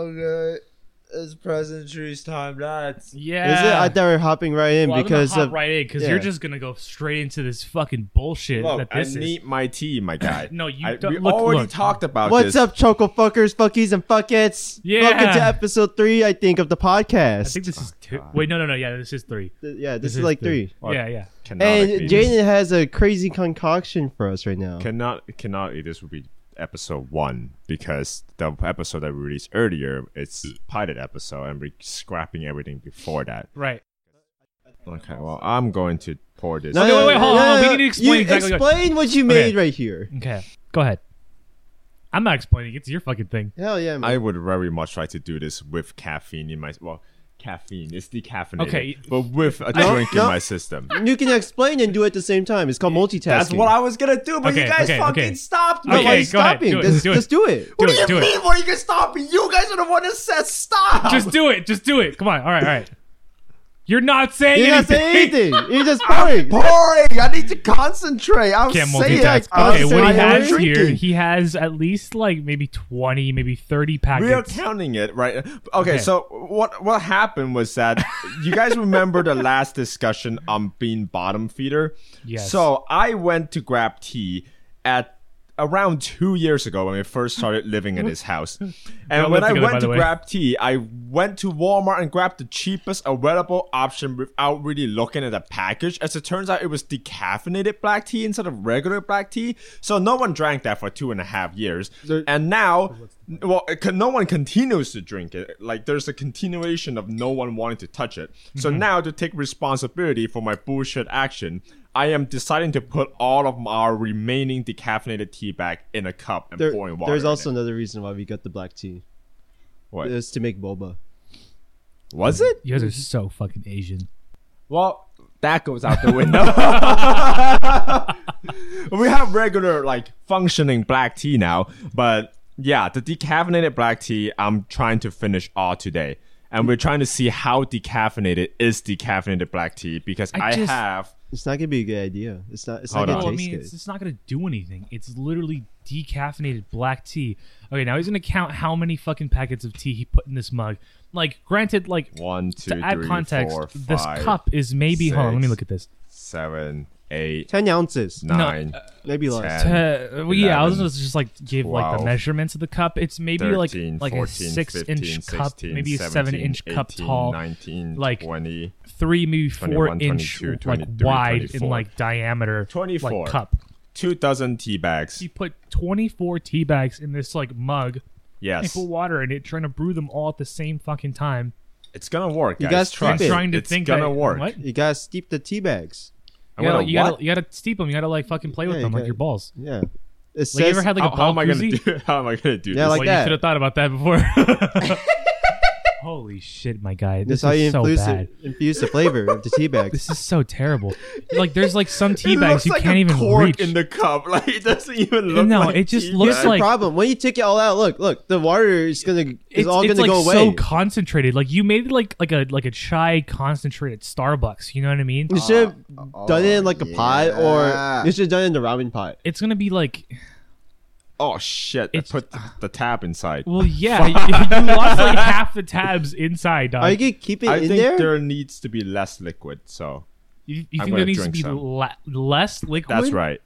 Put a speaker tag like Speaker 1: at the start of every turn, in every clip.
Speaker 1: okay, it's President Tree's time. That's
Speaker 2: Yeah.
Speaker 3: Is it? I thought we were hopping right in
Speaker 2: Well, I'm gonna
Speaker 3: because
Speaker 2: hop
Speaker 3: of
Speaker 2: right in because
Speaker 3: yeah.
Speaker 2: you're just gonna go straight into this fucking bullshit
Speaker 4: Look,
Speaker 2: that
Speaker 4: I
Speaker 2: this is.
Speaker 4: need my tea, my guy.
Speaker 2: No, you
Speaker 4: I,
Speaker 2: don't-
Speaker 4: we
Speaker 2: look,
Speaker 4: already
Speaker 2: look.
Speaker 4: talked about
Speaker 3: what's
Speaker 4: this.
Speaker 3: up, choco fuckers, fuckies, and fuckets.
Speaker 2: Yeah.
Speaker 3: Welcome to episode three, I think, of the podcast.
Speaker 2: I think this is two. Wait, no, no, no. Yeah, this is three.
Speaker 3: Th- yeah, this,
Speaker 2: this
Speaker 3: is,
Speaker 2: is
Speaker 3: like
Speaker 2: three.
Speaker 3: three.
Speaker 4: Or
Speaker 2: yeah, yeah.
Speaker 4: Cannot
Speaker 3: And
Speaker 4: be.
Speaker 3: Jaden has a crazy concoction for us right now.
Speaker 4: cannot cannot this would be episode one because the episode that we released earlier it's pilot episode and we're scrapping everything before that
Speaker 2: Right.
Speaker 4: okay well i'm going to pour this
Speaker 2: Okay, wait, wait, hold on, hold on. We need to explain
Speaker 3: you
Speaker 2: exactly what-
Speaker 3: Explain what you
Speaker 2: Okay.
Speaker 3: made right here.
Speaker 2: Okay. Go ahead. I'm not explaining. It's your fucking thing.
Speaker 3: Hell yeah, man.
Speaker 4: i would very much try to do this with caffeine in my well caffeine it's decaffeinated
Speaker 2: Okay.
Speaker 4: but with a
Speaker 3: No,
Speaker 4: drink
Speaker 3: no.
Speaker 4: in my system
Speaker 3: you can explain and do it at the same time. It's called multitasking.
Speaker 4: that's what i was gonna do but
Speaker 2: Okay,
Speaker 4: you guys
Speaker 2: okay,
Speaker 4: fucking
Speaker 2: okay.
Speaker 4: stopped me
Speaker 3: No, why
Speaker 2: Okay,
Speaker 3: are you
Speaker 2: go ahead.
Speaker 3: stopping?
Speaker 2: Do it,
Speaker 3: just,
Speaker 2: do it.
Speaker 3: just do it.
Speaker 4: what
Speaker 2: Do
Speaker 4: do
Speaker 2: it,
Speaker 4: you
Speaker 2: do it.
Speaker 4: mean why are you gonna stop me you guys are the one that said stop
Speaker 2: Just do it. Just do it. Come on. All right. All right. You're not saying
Speaker 3: You're not
Speaker 2: anything.
Speaker 3: saying anything. You're just pouring.
Speaker 4: pouring i need to concentrate i'm
Speaker 2: Can't
Speaker 4: saying I
Speaker 2: multitask. Okay, what he
Speaker 4: concentrate.
Speaker 2: has
Speaker 3: drinking.
Speaker 2: here, he has at least like maybe 20, maybe 30
Speaker 4: We are
Speaker 2: packets.
Speaker 4: counting it, right? Okay,
Speaker 2: Okay.
Speaker 4: so what what happened was that you guys remember the last discussion on being bottom feeder?
Speaker 2: Yes.
Speaker 4: So I went to grab tea at around two years ago when we first started living in this house. And
Speaker 2: live
Speaker 4: when I
Speaker 2: together, by
Speaker 4: went
Speaker 2: the
Speaker 4: to
Speaker 2: way.
Speaker 4: grab tea, I went to Walmart and grabbed the cheapest available option without really looking at the package. As it turns out, it was decaffeinated black tea instead of regular black tea. So no one drank that for two and a half years.
Speaker 3: There- Oh,
Speaker 4: and now, well, it con- no one continues to drink it. Like there's a continuation of no one wanting to touch it. So
Speaker 3: Mm-hmm.
Speaker 4: now, to take responsibility for my bullshit action, I am deciding to put all of our remaining decaffeinated tea back in a cup and
Speaker 3: There-
Speaker 4: pouring water.
Speaker 3: there's
Speaker 4: in
Speaker 3: also
Speaker 4: it.
Speaker 3: another reason why we got the black tea.
Speaker 4: What?
Speaker 3: It's to make boba.
Speaker 4: was it?
Speaker 2: you guys are so fucking Asian.
Speaker 4: Well, that goes out the window. we have regular, like, functioning black tea now, but yeah, the decaffeinated black tea I'm trying to finish all today. And we're trying to see how decaffeinated is decaffeinated black tea because I,
Speaker 2: I just-
Speaker 4: have.
Speaker 3: It's not gonna be a good idea. It's not. It's
Speaker 4: Hold
Speaker 3: not
Speaker 4: on.
Speaker 3: gonna
Speaker 2: Well, I
Speaker 3: taste
Speaker 2: mean,
Speaker 3: good.
Speaker 2: it's, it's not going to do anything. It's literally decaffeinated black tea. Okay, now he's going to count how many fucking packets of tea he put in this mug. Like, granted, like
Speaker 4: One, two,
Speaker 2: to add
Speaker 4: three,
Speaker 2: context,
Speaker 4: four,
Speaker 2: this
Speaker 4: five,
Speaker 2: cup is maybe. hold on, let me
Speaker 4: six,
Speaker 2: look at this.
Speaker 4: seven, eight,
Speaker 3: Ten ounces,
Speaker 4: nine,
Speaker 3: maybe less.
Speaker 4: ten,
Speaker 2: Uh, well, yeah, I was
Speaker 4: 11,
Speaker 2: just, just like give like the
Speaker 4: 12,
Speaker 2: measurements of the cup. It's maybe
Speaker 4: 13,
Speaker 2: like like
Speaker 4: 14,
Speaker 2: a six
Speaker 4: 15,
Speaker 2: inch cup,
Speaker 4: 16,
Speaker 2: maybe a seven
Speaker 4: 17,
Speaker 2: inch cup
Speaker 4: 18,
Speaker 2: tall,
Speaker 4: 19,
Speaker 2: like,
Speaker 4: 20.
Speaker 2: three maybe four
Speaker 4: 21,
Speaker 2: inch
Speaker 4: 22,
Speaker 2: like
Speaker 4: 23,
Speaker 2: wide in
Speaker 4: 24.
Speaker 2: like diameter,
Speaker 4: 24.
Speaker 2: like cup.
Speaker 4: two dozen tea bags.
Speaker 2: He put twenty four tea bags in this like mug.
Speaker 4: Yes,
Speaker 2: full water in it, trying to brew them all at the same fucking time.
Speaker 4: it's gonna work.
Speaker 3: You
Speaker 4: Guys.
Speaker 3: guys
Speaker 4: trust
Speaker 3: keep it.
Speaker 4: me.
Speaker 2: Trying to
Speaker 4: it's
Speaker 2: think
Speaker 4: gonna
Speaker 2: that-
Speaker 4: work.
Speaker 2: What?
Speaker 3: You gotta steep the tea bags.
Speaker 4: I'm
Speaker 2: you, gotta,
Speaker 4: gonna
Speaker 2: you, gotta,
Speaker 4: what?
Speaker 2: you gotta steep them. You gotta like fucking play with
Speaker 3: Yeah,
Speaker 2: them
Speaker 3: you
Speaker 2: like
Speaker 3: gotta-
Speaker 2: your balls.
Speaker 3: Yeah. It says,
Speaker 2: Like you ever had like
Speaker 4: How,
Speaker 2: a
Speaker 4: how
Speaker 2: ball
Speaker 4: am I gonna
Speaker 2: koozie?
Speaker 4: do? How am I gonna do
Speaker 3: Yeah,
Speaker 4: this?
Speaker 3: like-
Speaker 2: well, you
Speaker 3: that?
Speaker 2: should have thought about that before. Holy shit, my guy!
Speaker 3: that's
Speaker 2: This
Speaker 3: how you
Speaker 2: is so
Speaker 3: infuse,
Speaker 2: bad.
Speaker 3: it, infuse the flavor of the tea bags.
Speaker 2: This is so terrible. Like there's like some tea
Speaker 4: it
Speaker 2: bags
Speaker 4: looks
Speaker 2: you
Speaker 4: like
Speaker 2: can't
Speaker 4: a
Speaker 2: even
Speaker 4: cork
Speaker 2: reach.
Speaker 4: in the cup. Like it doesn't even look.
Speaker 2: No,
Speaker 4: like
Speaker 2: it just
Speaker 4: tea
Speaker 2: looks
Speaker 4: bags.
Speaker 3: Here's the
Speaker 2: like-
Speaker 3: problem. When you take it all out, look, look, the water is gonna is
Speaker 2: it's
Speaker 3: all
Speaker 2: it's,
Speaker 3: gonna
Speaker 2: like
Speaker 3: go
Speaker 2: so
Speaker 3: away.
Speaker 2: concentrated. Like you made it like like a like a chai concentrate at Starbucks. You know what I mean?
Speaker 3: you should have done it in like a pot,
Speaker 4: Uh, oh, yeah.
Speaker 3: or you should have done it in the ramen pot.
Speaker 2: It's gonna be like
Speaker 4: Oh shit! I
Speaker 2: It's-
Speaker 4: put the, the tab inside.
Speaker 2: well yeah you, you lost like half the tabs inside. Dog.
Speaker 3: Are you gonna keep it
Speaker 4: I
Speaker 3: in
Speaker 4: think
Speaker 3: there?
Speaker 2: um,
Speaker 4: needs to be less liquid. So
Speaker 2: You, you
Speaker 4: I'm
Speaker 2: think
Speaker 4: gonna
Speaker 2: there needs to
Speaker 4: drink
Speaker 2: be
Speaker 4: some.
Speaker 2: la- less liquid?
Speaker 4: that's right.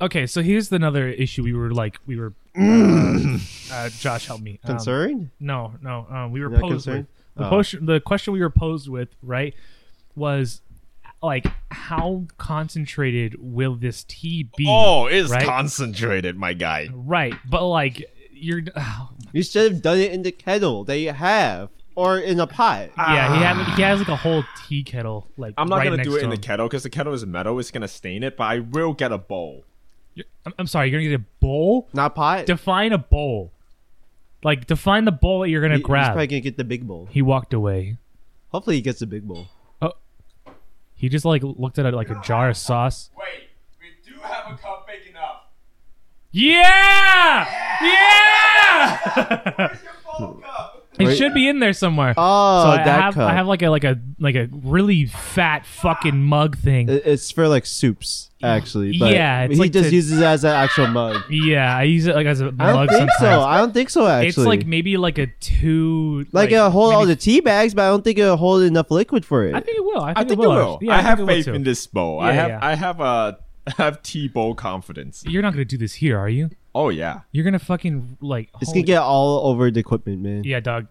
Speaker 2: Okay, so here's another issue. We were like, we were. uh, Josh, help me.
Speaker 3: Mm.
Speaker 2: Um,
Speaker 3: Concerned?
Speaker 2: No, no. Um, we were
Speaker 3: Not
Speaker 2: posed with
Speaker 3: concerned?
Speaker 2: the,
Speaker 3: Oh.
Speaker 2: potion- the question we were posed with, right, was like, how concentrated will this tea be?
Speaker 4: Oh, it's
Speaker 2: right?
Speaker 4: concentrated, my guy.
Speaker 2: Right, but like, you're. yeah,
Speaker 3: You should have done it in the kettle that you have, or in a pot.
Speaker 2: he, had, he has like a whole tea kettle. Like,
Speaker 4: I'm not
Speaker 2: right
Speaker 4: gonna
Speaker 2: next
Speaker 4: do it
Speaker 2: to
Speaker 4: in the
Speaker 2: him.
Speaker 4: kettle because the kettle is metal. It's gonna stain it, but I will get a bowl.
Speaker 2: I'm, I'm sorry, you're gonna get a bowl.
Speaker 3: Not pot.
Speaker 2: Define a bowl. Like, define the bowl that you're gonna
Speaker 3: He- He's
Speaker 2: grab.
Speaker 3: probably gonna get the big bowl.
Speaker 2: he walked away.
Speaker 3: Hopefully, he gets the big bowl.
Speaker 2: He just like looked at it like a jar of sauce.
Speaker 4: Wait, we do have a cup big enough.
Speaker 2: Yeah! Yeah!
Speaker 4: Your bowl cup.
Speaker 2: It
Speaker 3: Wait.
Speaker 2: should be in there somewhere.
Speaker 3: Oh,
Speaker 2: so I
Speaker 3: that
Speaker 2: have,
Speaker 3: cup.
Speaker 2: I have like a like a like a really fat fucking mug thing.
Speaker 3: It- It's for like soups, actually. But
Speaker 2: Yeah, it's
Speaker 3: he
Speaker 2: like
Speaker 3: just
Speaker 2: to-
Speaker 3: uses it as an actual mug.
Speaker 2: yeah, I use it like as
Speaker 3: I
Speaker 2: a
Speaker 3: don't
Speaker 2: mug
Speaker 3: think so.
Speaker 2: sometimes.
Speaker 3: I don't think so. Actually,
Speaker 2: it's like maybe like a two
Speaker 3: like, it'll hold all
Speaker 2: maybe-
Speaker 3: the tea bags, but I don't think it'll hold enough liquid for it.
Speaker 2: I think it will. I think,
Speaker 4: I think
Speaker 2: it will.
Speaker 4: will.
Speaker 2: actually. Yeah,
Speaker 4: I have
Speaker 2: think it will
Speaker 4: faith
Speaker 2: too.
Speaker 4: in this bowl. I
Speaker 2: Yeah,
Speaker 4: have
Speaker 2: yeah.
Speaker 4: I have a I have T bowl confidence.
Speaker 2: You're not gonna do this here, are you?
Speaker 4: Oh yeah.
Speaker 2: You're gonna fucking like.
Speaker 3: it's
Speaker 2: holy-
Speaker 3: gonna get all over the equipment, man.
Speaker 2: Yeah, dog.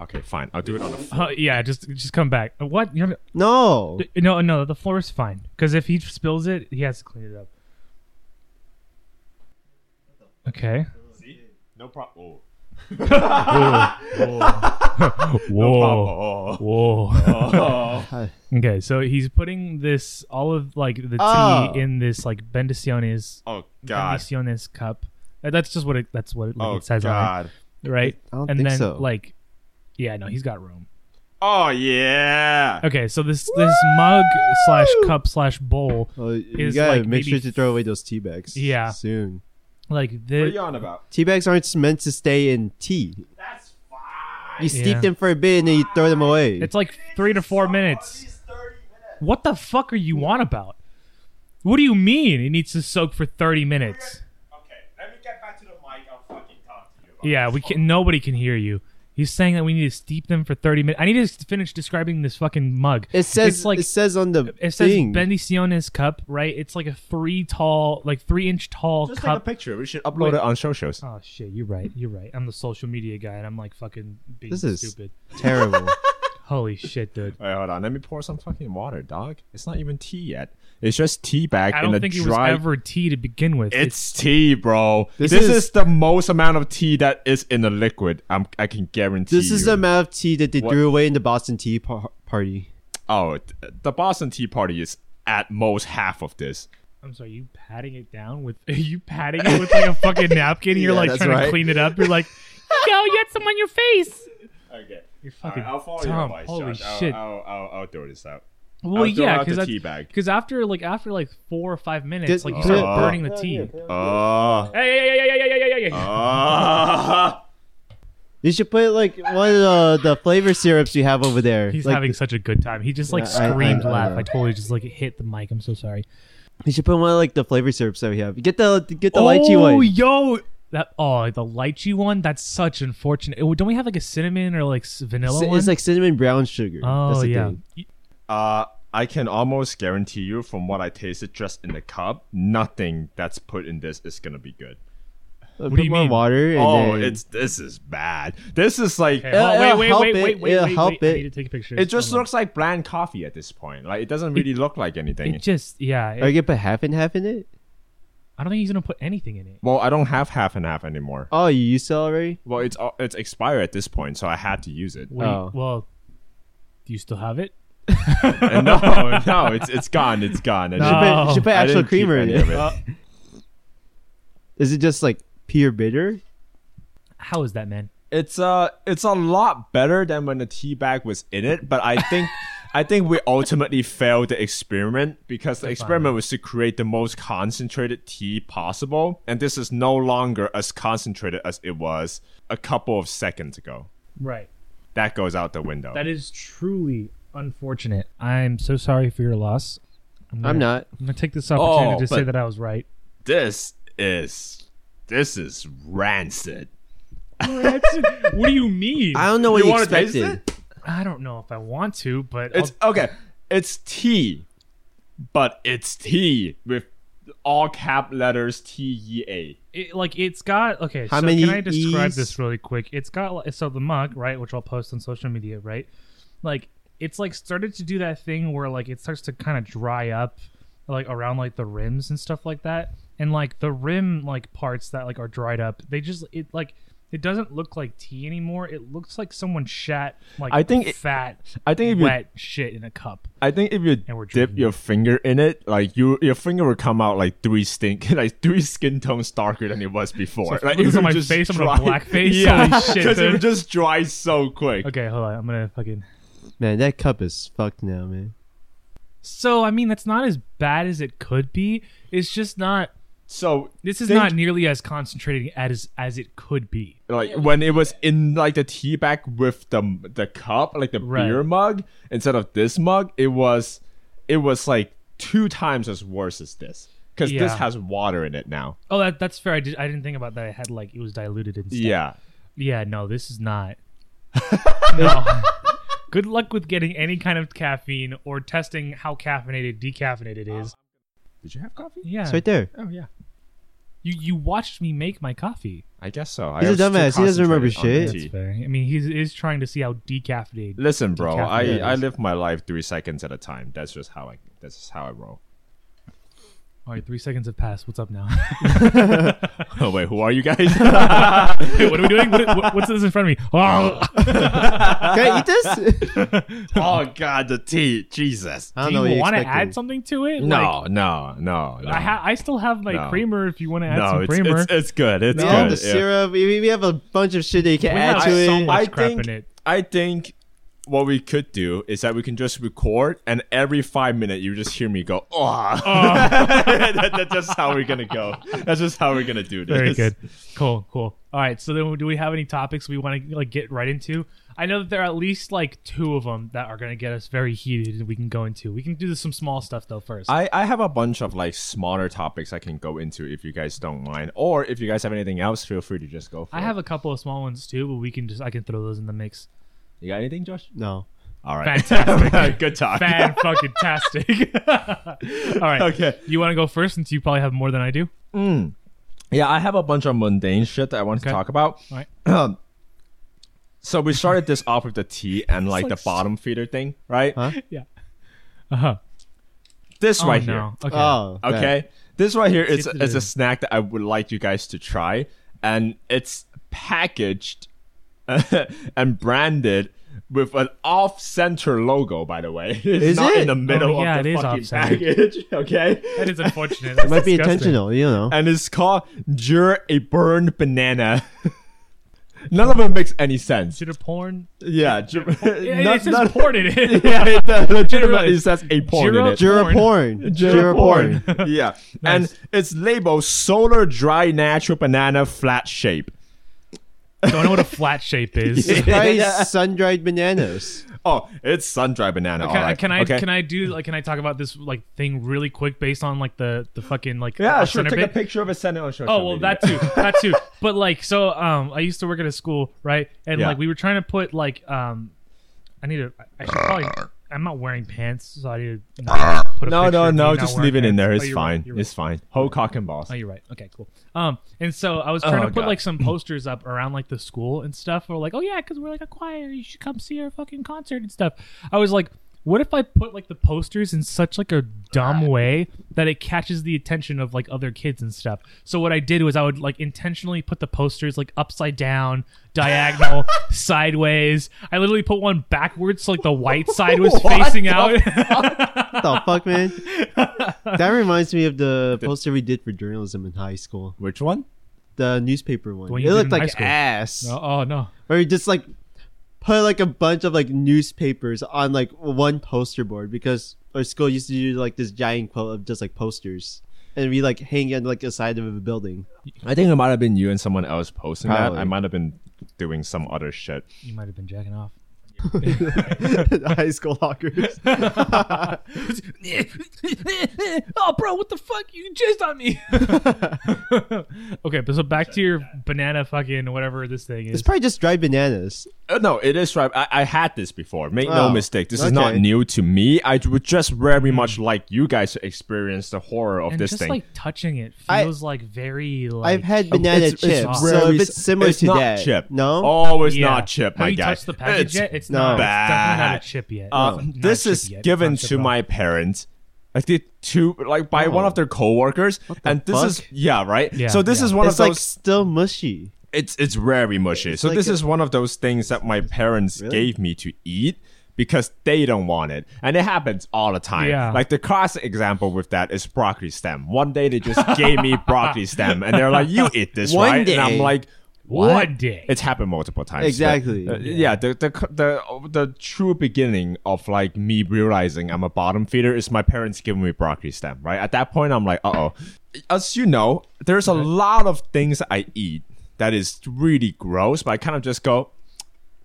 Speaker 4: Okay, fine. I'll do it on the.
Speaker 2: Uh, yeah, just just come back. Uh, What? You're,
Speaker 3: No,
Speaker 2: no, no. The floor is fine. Because if he spills it, he has to clean it up. Okay.
Speaker 4: No Oh. problem.
Speaker 2: Whoa.
Speaker 4: Oh.
Speaker 2: Whoa.
Speaker 4: Oh.
Speaker 2: okay, so he's putting this all of like the tea
Speaker 3: Oh.
Speaker 2: in this like bendiciones
Speaker 4: oh God.
Speaker 2: bendiciones cup. Uh, That's just what it. That's what it, like,
Speaker 4: Oh
Speaker 2: it says on
Speaker 4: God.
Speaker 2: it, right?
Speaker 3: I don't
Speaker 2: and
Speaker 3: think
Speaker 2: then
Speaker 3: so.
Speaker 2: like, yeah, no, he's got room.
Speaker 4: Oh yeah.
Speaker 2: Okay, so this this mug slash cup slash bowl,
Speaker 3: Well, you
Speaker 2: Is,
Speaker 3: gotta
Speaker 2: like,
Speaker 3: make sure
Speaker 2: maybe-
Speaker 3: to throw away those tea bags.
Speaker 2: Yeah.
Speaker 3: soon.
Speaker 2: like
Speaker 4: What are you
Speaker 2: the
Speaker 4: on about?
Speaker 3: Tea bags aren't meant to stay in tea.
Speaker 4: That's fine.
Speaker 3: You steep
Speaker 2: Yeah.
Speaker 3: them for a bit and then you throw them away.
Speaker 2: it's like three to four minutes. What the fuck are you on about? What do you mean it needs to soak for thirty minutes?
Speaker 4: Okay, let me get back to the mic. I'll fucking talk to you. About
Speaker 2: Yeah, we can. Nobody can hear you. He's saying that we need to steep them for thirty minutes. I need to s- finish describing this fucking mug.
Speaker 3: it says
Speaker 2: it's like
Speaker 3: it says on the
Speaker 2: it says
Speaker 3: thing.
Speaker 2: Bendiciones cup, right? It's like a three tall, like three inch tall
Speaker 4: Just take a
Speaker 2: cup.
Speaker 4: picture. We should upload
Speaker 2: Wait.
Speaker 4: it on socials.
Speaker 2: oh shit, you're right. You're right. I'm the social media guy, and I'm like fucking being
Speaker 3: This is-
Speaker 2: stupid.
Speaker 3: Terrible.
Speaker 2: Holy shit, dude.
Speaker 4: Wait, hold on. Let me pour some fucking water, dog. It's not even tea yet. It's just tea bag
Speaker 2: I
Speaker 4: in a
Speaker 2: don't think it was
Speaker 4: dry.
Speaker 2: ever tea to begin with.
Speaker 4: it's tea, bro.
Speaker 3: This
Speaker 4: This,
Speaker 3: is-
Speaker 4: is, the most amount of tea that is in a liquid. I'm, I can guarantee.
Speaker 3: this is
Speaker 4: you.
Speaker 3: the amount of tea that they
Speaker 4: What?
Speaker 3: threw away in the Boston Tea par- Party.
Speaker 4: oh, th- the Boston Tea Party is at most half of this.
Speaker 2: I'm sorry, you patting it down with are you patting it with like a fucking napkin? You're
Speaker 3: Yeah,
Speaker 2: like
Speaker 3: that's
Speaker 2: trying
Speaker 3: right.
Speaker 2: to clean it up. You're like, yo, you had some on your face.
Speaker 4: Okay.
Speaker 2: You're fucking
Speaker 4: I'll follow
Speaker 2: dumb.
Speaker 4: your advice,
Speaker 2: Holy
Speaker 4: Josh. I'll-
Speaker 2: shit.
Speaker 4: I'll, I'll, I'll throw this out.
Speaker 2: well,
Speaker 4: I'll throw
Speaker 2: yeah,
Speaker 4: out the
Speaker 2: because
Speaker 4: tea bag.
Speaker 2: because after like after like four or five
Speaker 3: Did-
Speaker 2: minutes, like you
Speaker 3: Oh.
Speaker 2: start burning the tea.
Speaker 4: Oh.
Speaker 2: Hey, hey, hey, hey, hey, hey, hey, hey, hey.
Speaker 3: Uh,
Speaker 4: Ah.
Speaker 3: You should put like one of the, the flavor syrups you have over there.
Speaker 2: He's
Speaker 3: like,
Speaker 2: having such a good time. He just like
Speaker 3: Yeah, I- I-
Speaker 2: screamed,
Speaker 3: I
Speaker 2: laugh.
Speaker 3: know.
Speaker 2: I totally just like hit the mic. I'm so sorry.
Speaker 3: You should put one of like the flavor syrups that we have. Get the get the lychee
Speaker 2: Oh,
Speaker 3: one.
Speaker 2: yo, that oh the lychee one. That's such unfortunate. Oh, Don't we have like a cinnamon or like s- vanilla
Speaker 3: It's,
Speaker 2: one?
Speaker 3: it's like cinnamon brown sugar. That's
Speaker 2: oh
Speaker 3: the
Speaker 2: yeah.
Speaker 3: thing.
Speaker 4: Uh, I can almost guarantee you, from what I tasted just in the cup, nothing that's put in this is gonna be good.
Speaker 3: What put
Speaker 2: you
Speaker 3: more
Speaker 2: mean?
Speaker 3: water. And
Speaker 4: oh,
Speaker 3: then-
Speaker 4: it's this is bad. This is like
Speaker 2: Okay,
Speaker 3: It'll-
Speaker 2: hold-
Speaker 3: it'll
Speaker 2: wait,
Speaker 3: help
Speaker 2: wait, wait,
Speaker 3: it.
Speaker 2: wait, wait,
Speaker 3: It'll
Speaker 2: wait,
Speaker 3: help
Speaker 2: wait.
Speaker 3: it.
Speaker 2: I need to take a picture.
Speaker 4: it just
Speaker 2: Hold
Speaker 4: looks like bland coffee at this point. Like it doesn't really look like
Speaker 2: on.
Speaker 4: anything.
Speaker 2: It just yeah.
Speaker 3: Are
Speaker 2: it-
Speaker 3: you gonna put half and half in it?
Speaker 2: I don't think he's gonna put anything in it.
Speaker 4: well, I don't have half and half anymore.
Speaker 3: Oh, you used it already?
Speaker 4: Well, it's uh, it's expired at this point, so I had to use it.
Speaker 2: Wait,
Speaker 3: Oh.
Speaker 2: well, do you still have it?
Speaker 4: And no, no, it's it's gone. It's gone. And
Speaker 3: You
Speaker 2: No.
Speaker 3: should
Speaker 4: it-
Speaker 3: put, you
Speaker 2: Oh.
Speaker 3: should put
Speaker 4: I
Speaker 3: actual
Speaker 4: didn't keep
Speaker 3: creamer in
Speaker 4: any
Speaker 3: it.
Speaker 4: of it.
Speaker 3: Is it just like pure bitter?
Speaker 2: How is that, man?
Speaker 4: It's uh it's a lot better than when the tea bag was in it, but I think I think we ultimately failed the experiment because the experiment was to create the most concentrated tea possible, and this is no longer as concentrated as it was a couple of seconds ago.
Speaker 2: Right.
Speaker 4: That goes out the window.
Speaker 2: That is truly unfortunate. I'm so sorry for your loss. gonna-
Speaker 3: I'm not.
Speaker 2: I'm gonna take this opportunity
Speaker 4: Oh,
Speaker 2: to say
Speaker 4: but-
Speaker 2: that I was right.
Speaker 4: this is this is rancid.
Speaker 2: what do you mean?
Speaker 3: I
Speaker 2: I,
Speaker 3: don't know what
Speaker 4: You
Speaker 3: you,
Speaker 4: wanna taste
Speaker 3: expected.
Speaker 4: it?
Speaker 2: don't know if I want to, but
Speaker 4: It's
Speaker 2: I'll-
Speaker 4: okay. It's T, but it's T with all cap letters T E A.
Speaker 2: it, like it's got okay.
Speaker 3: How
Speaker 2: so
Speaker 3: many
Speaker 2: can I describe
Speaker 3: E's?
Speaker 2: this really quick? It's got like- so the mug right, which I'll post on social media, right? Like it's like started to do that thing where like it starts to kind of dry up, like around like the rims and stuff like that, and like the rim like parts that like are dried up, they just it like. It doesn't look like tea anymore. It looks like someone shat like
Speaker 4: I think it-
Speaker 2: fat,
Speaker 4: I think if you
Speaker 2: wet shit in a cup.
Speaker 4: I think if you
Speaker 2: And we're
Speaker 4: dip
Speaker 2: drinking
Speaker 4: your finger in it, like you, your finger will come out like three stink, like three skin tones darker than it was before.
Speaker 2: So
Speaker 4: like
Speaker 2: put this
Speaker 4: it
Speaker 2: on
Speaker 4: would
Speaker 2: my
Speaker 4: just
Speaker 2: face, I'm gonna
Speaker 4: dry-
Speaker 2: blackface?
Speaker 4: Yeah,
Speaker 2: Holy shit,
Speaker 4: because it
Speaker 2: dude. Uh,
Speaker 4: would just dry so quick.
Speaker 2: Okay, hold on. I'm gonna fucking.
Speaker 3: Man, that cup is fucked now, man.
Speaker 2: So I mean, that's not as bad as it could be. It's just not
Speaker 4: So
Speaker 2: This is
Speaker 4: They-
Speaker 2: not nearly as concentrating as as it could be.
Speaker 4: like when it was in like the tea bag with the the cup, like the
Speaker 2: Right.
Speaker 4: beer mug instead of this mug, it was it was like two times as worse as this because this
Speaker 2: Yeah.
Speaker 4: has water in it now.
Speaker 2: Oh, that that's fair. I, did, I didn't think about that. I had like it was diluted and stuff.
Speaker 4: Yeah.
Speaker 2: Yeah, no, this is not. no. Good luck with getting any kind of caffeine or testing how caffeinated decaffeinated is.
Speaker 4: Did you have coffee?
Speaker 2: Yeah.
Speaker 3: It's right there.
Speaker 4: Oh yeah.
Speaker 2: You you watched me make my coffee.
Speaker 4: I guess so. I
Speaker 3: He's a
Speaker 4: was too
Speaker 3: dumbass. He doesn't remember
Speaker 4: concentrated
Speaker 3: shit.
Speaker 4: on the tea.
Speaker 2: That's fair. I mean, he is trying to see how decaffeinated.
Speaker 4: Listen, bro. I,
Speaker 2: Decaffeinated.
Speaker 4: I live my life three seconds at a time. That's just how I. That's just how I roll.
Speaker 2: All right, three seconds have passed. What's up now?
Speaker 4: Oh wait, who are you guys?
Speaker 2: Wait, what are we doing? What, what- what's this in front of me? Oh,
Speaker 3: Can I eat this?
Speaker 4: oh God, the tea, Jesus.
Speaker 3: I don't
Speaker 2: do
Speaker 3: know what
Speaker 2: you want to
Speaker 3: expected.
Speaker 2: add something to it?
Speaker 4: No, no, no, no.
Speaker 2: Like, I ha- I still have my
Speaker 4: No.
Speaker 2: creamer. If you want to add
Speaker 4: no,
Speaker 2: some
Speaker 4: it's,
Speaker 2: creamer,
Speaker 4: it's it's good. It's
Speaker 3: All
Speaker 4: good.
Speaker 3: the
Speaker 4: yeah.
Speaker 3: syrup. We, we have a bunch of shit that you can
Speaker 2: We
Speaker 3: add
Speaker 2: have
Speaker 3: to it.
Speaker 2: so much
Speaker 4: I
Speaker 2: crap
Speaker 4: think
Speaker 2: in it.
Speaker 4: I think what we could do is that we can just record, and every five minute you just hear me go, "Oh." that, that's just how we're gonna go. That's just how we're gonna do this.
Speaker 2: Very good. Cool, cool. All right. So then, do we have any topics we want to like get right into? I know that there are at least like two of them that are going to get us very heated, and we can go into. We can do some small stuff though first.
Speaker 4: I, I have a bunch of like smaller topics I can go into if you guys don't mind, or if you guys have anything else, feel free to just go. For
Speaker 2: I
Speaker 4: it.
Speaker 2: have a couple of small ones too, but we can just I can throw those in the mix.
Speaker 4: You got anything, Josh?
Speaker 3: No.
Speaker 4: All right.
Speaker 2: Fantastic.
Speaker 4: good talk.
Speaker 2: Fan fucking tastic. All right.
Speaker 4: Okay.
Speaker 2: You want to go first since you probably have more than I do?
Speaker 4: Yeah, I have a bunch of mundane shit that I want
Speaker 2: Okay.
Speaker 4: to talk about. Um,
Speaker 2: All right.
Speaker 4: So we started this off with the tea and like,
Speaker 2: like
Speaker 4: the bottom feeder thing, right?
Speaker 3: Huh?
Speaker 2: Yeah. Uh-huh.
Speaker 4: This
Speaker 2: Oh,
Speaker 4: right here.
Speaker 2: no. Okay.
Speaker 3: Oh.
Speaker 4: Okay.
Speaker 3: okay.
Speaker 4: This right here is,
Speaker 2: Sit
Speaker 4: is
Speaker 2: there.
Speaker 4: a snack that I would like you guys to try. And it's packaged and branded with an off center logo, by the way. It's
Speaker 3: Is
Speaker 4: not
Speaker 3: it?
Speaker 4: in the middle
Speaker 2: Oh, yeah,
Speaker 4: of the
Speaker 2: it is
Speaker 4: fucking
Speaker 2: off-center.
Speaker 4: package. Okay.
Speaker 2: That is unfortunate. That's
Speaker 3: It might be
Speaker 2: disgusting.
Speaker 3: intentional. You know.
Speaker 4: And it's called Jure a Burned Banana. None of it makes any sense.
Speaker 2: Should a porn?
Speaker 4: Yeah, Jure.
Speaker 2: It,
Speaker 4: not-
Speaker 2: it says
Speaker 4: not-
Speaker 2: porn in it.
Speaker 4: yeah, it does. legitimately
Speaker 2: Jura-
Speaker 4: it says a porn in
Speaker 2: Jura-
Speaker 4: it.
Speaker 3: Jura
Speaker 2: Porn.
Speaker 3: porn.
Speaker 4: Jura
Speaker 3: Jura porn.
Speaker 4: yeah.
Speaker 2: Nice.
Speaker 4: And it's labeled Solar Dry Natural Banana Flat Shape.
Speaker 2: Don't know what a flat shape is.
Speaker 3: Surprise sun dried bananas.
Speaker 4: Oh, it's sun dry banana.
Speaker 2: Can,
Speaker 4: all right.
Speaker 2: can I
Speaker 4: Okay.
Speaker 2: can I do like can I talk about this like thing really quick based on like the the fucking like
Speaker 4: Yeah,
Speaker 2: our
Speaker 4: sure.
Speaker 2: center
Speaker 4: Take a
Speaker 2: bit?
Speaker 4: picture of a send it on social
Speaker 2: Oh well,
Speaker 4: media.
Speaker 2: that too, that too. But like, so um, I used to work at a school, right? And
Speaker 4: Yeah.
Speaker 2: like, we were trying to put like um, I need to. I should probably. I'm not wearing pants, so I need to put a
Speaker 4: No,
Speaker 2: picture
Speaker 4: no,
Speaker 2: of me
Speaker 4: no.
Speaker 2: not
Speaker 4: Just
Speaker 2: wearing
Speaker 4: leave it
Speaker 2: pants.
Speaker 4: in there.
Speaker 2: Oh,
Speaker 4: It's
Speaker 2: you're right,
Speaker 4: fine.
Speaker 2: you're right.
Speaker 4: It's fine. Whole cock and balls.
Speaker 2: Oh, you're right. Okay, cool. Um, and so I was trying
Speaker 4: Oh,
Speaker 2: to put
Speaker 4: God.
Speaker 2: like some posters up around like the school and stuff. Or like, oh yeah, because we're like a choir. You should come see our fucking concert and stuff. I was like, what if I put like the posters in such like a dumb way that it catches the attention of like other kids and stuff? So what I did was I would like intentionally put the posters like upside down, diagonal, sideways. I literally put one backwards, so like the white side was
Speaker 4: What
Speaker 2: facing
Speaker 4: the
Speaker 2: out.
Speaker 3: What the fuck, man? That reminds me of the poster we did for journalism in high school.
Speaker 4: Which one?
Speaker 3: The newspaper one.
Speaker 2: one
Speaker 3: It
Speaker 2: you did
Speaker 3: looked
Speaker 2: in high
Speaker 3: like
Speaker 2: school.
Speaker 3: ass.
Speaker 2: No, oh no.
Speaker 3: Or you just like put like a bunch of like newspapers on like one poster board because our school used to do like this giant quilt of just like posters. And we like hang on like the side of a building.
Speaker 4: I think it might have been you and someone else posting
Speaker 3: Probably.
Speaker 4: that. I might have been doing some other shit.
Speaker 2: You might have been jacking off.
Speaker 3: The high school lockers.
Speaker 2: oh, bro, what the fuck? You jizzed on me. okay, but so back to your banana fucking whatever this thing
Speaker 3: It's
Speaker 2: is.
Speaker 3: probably just dried bananas.
Speaker 4: Uh, no, it is right. I, I had this before. Make no
Speaker 3: Oh,
Speaker 4: mistake. This is not
Speaker 3: okay.
Speaker 4: new to me. I would just very much like you guys to experience the horror of
Speaker 2: and
Speaker 4: this
Speaker 2: just
Speaker 4: thing.
Speaker 2: like touching it
Speaker 3: I-
Speaker 2: feels like very like.
Speaker 3: I've had banana
Speaker 4: um, it's,
Speaker 3: chips,
Speaker 4: It's
Speaker 3: so
Speaker 4: very
Speaker 3: if it's
Speaker 4: s-
Speaker 3: similar
Speaker 4: it's
Speaker 3: to
Speaker 4: not
Speaker 3: that,
Speaker 4: chip.
Speaker 3: no.
Speaker 4: Oh, it's
Speaker 2: Yeah.
Speaker 4: not chip,
Speaker 2: Have
Speaker 4: my
Speaker 2: you
Speaker 4: guy.
Speaker 2: touched the package
Speaker 4: It's
Speaker 2: yet? It's
Speaker 3: no.
Speaker 2: not. It's definitely
Speaker 4: bad.
Speaker 2: not a chip yet.
Speaker 4: Uh,
Speaker 2: It's not a
Speaker 4: this
Speaker 2: chip
Speaker 4: is
Speaker 2: yet. It's
Speaker 4: given
Speaker 2: not a chip
Speaker 4: to
Speaker 2: at all.
Speaker 4: my parents. I did two like by one
Speaker 3: Oh.
Speaker 4: of their coworkers,
Speaker 3: the
Speaker 4: and this
Speaker 3: fuck?
Speaker 4: is yeah, right.
Speaker 2: Yeah,
Speaker 4: so this
Speaker 2: yeah.
Speaker 4: is one
Speaker 3: it's
Speaker 4: of
Speaker 3: like
Speaker 4: those.
Speaker 3: still mushy.
Speaker 4: It's it's very mushy. so
Speaker 3: like
Speaker 4: this
Speaker 3: a-
Speaker 4: is one of those things that my parents
Speaker 3: Really?
Speaker 4: gave me to eat because they don't want it, and it happens all the time.
Speaker 2: Yeah.
Speaker 4: Like the classic example with that is broccoli stem. One day they just gave me broccoli stem, and they're like, "You eat this,
Speaker 3: One
Speaker 4: right?" And I'm
Speaker 3: day.
Speaker 4: like.
Speaker 2: One
Speaker 4: "What?"
Speaker 2: day.
Speaker 4: It's happened multiple times.
Speaker 3: Exactly.
Speaker 4: But, uh, yeah, the, the the the true beginning of like me realizing I'm a bottom feeder is my parents giving me broccoli stem, right? At that point, I'm like, uh oh, as you know, there's a lot of things I eat that is really gross, but I kind of just go,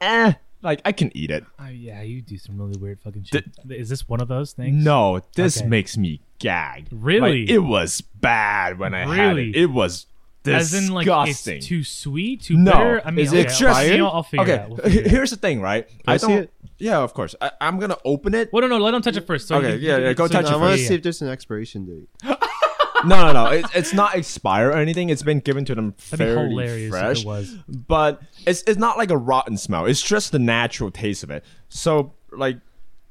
Speaker 4: eh, like I can eat it.
Speaker 2: Oh, yeah, you do some really weird fucking shit. Is this one of those things?
Speaker 4: No, this
Speaker 2: Okay.
Speaker 4: makes me gag. Like,
Speaker 2: Really?
Speaker 4: it was bad when I had it.
Speaker 2: Really?
Speaker 4: It was
Speaker 2: As
Speaker 4: disgusting.
Speaker 2: in, like, it's too sweet, too
Speaker 4: No.
Speaker 2: bitter. I mean,
Speaker 3: Is
Speaker 2: okay,
Speaker 3: it
Speaker 2: I'll-
Speaker 3: expired?
Speaker 2: you know, I'll figure it
Speaker 4: okay,
Speaker 2: out. We'll figure it out.
Speaker 4: here's the thing, right? I
Speaker 3: I see
Speaker 4: don't.
Speaker 3: it?
Speaker 4: Yeah, of course. I, I'm gonna open it.
Speaker 2: Well, no, no, let him touch it first. So
Speaker 4: Okay,
Speaker 2: you,
Speaker 4: yeah, yeah, go
Speaker 2: so
Speaker 4: touch
Speaker 3: I
Speaker 4: it
Speaker 3: want to
Speaker 2: yeah,
Speaker 3: see if there's an expiration date.
Speaker 4: No, no, no. It, it's not expire or anything. It's been given to them
Speaker 2: That'd be
Speaker 4: fairly
Speaker 2: hilarious if
Speaker 4: fresh.
Speaker 2: it was.
Speaker 4: But it's it's not like a rotten smell. It's just the natural taste of it. So like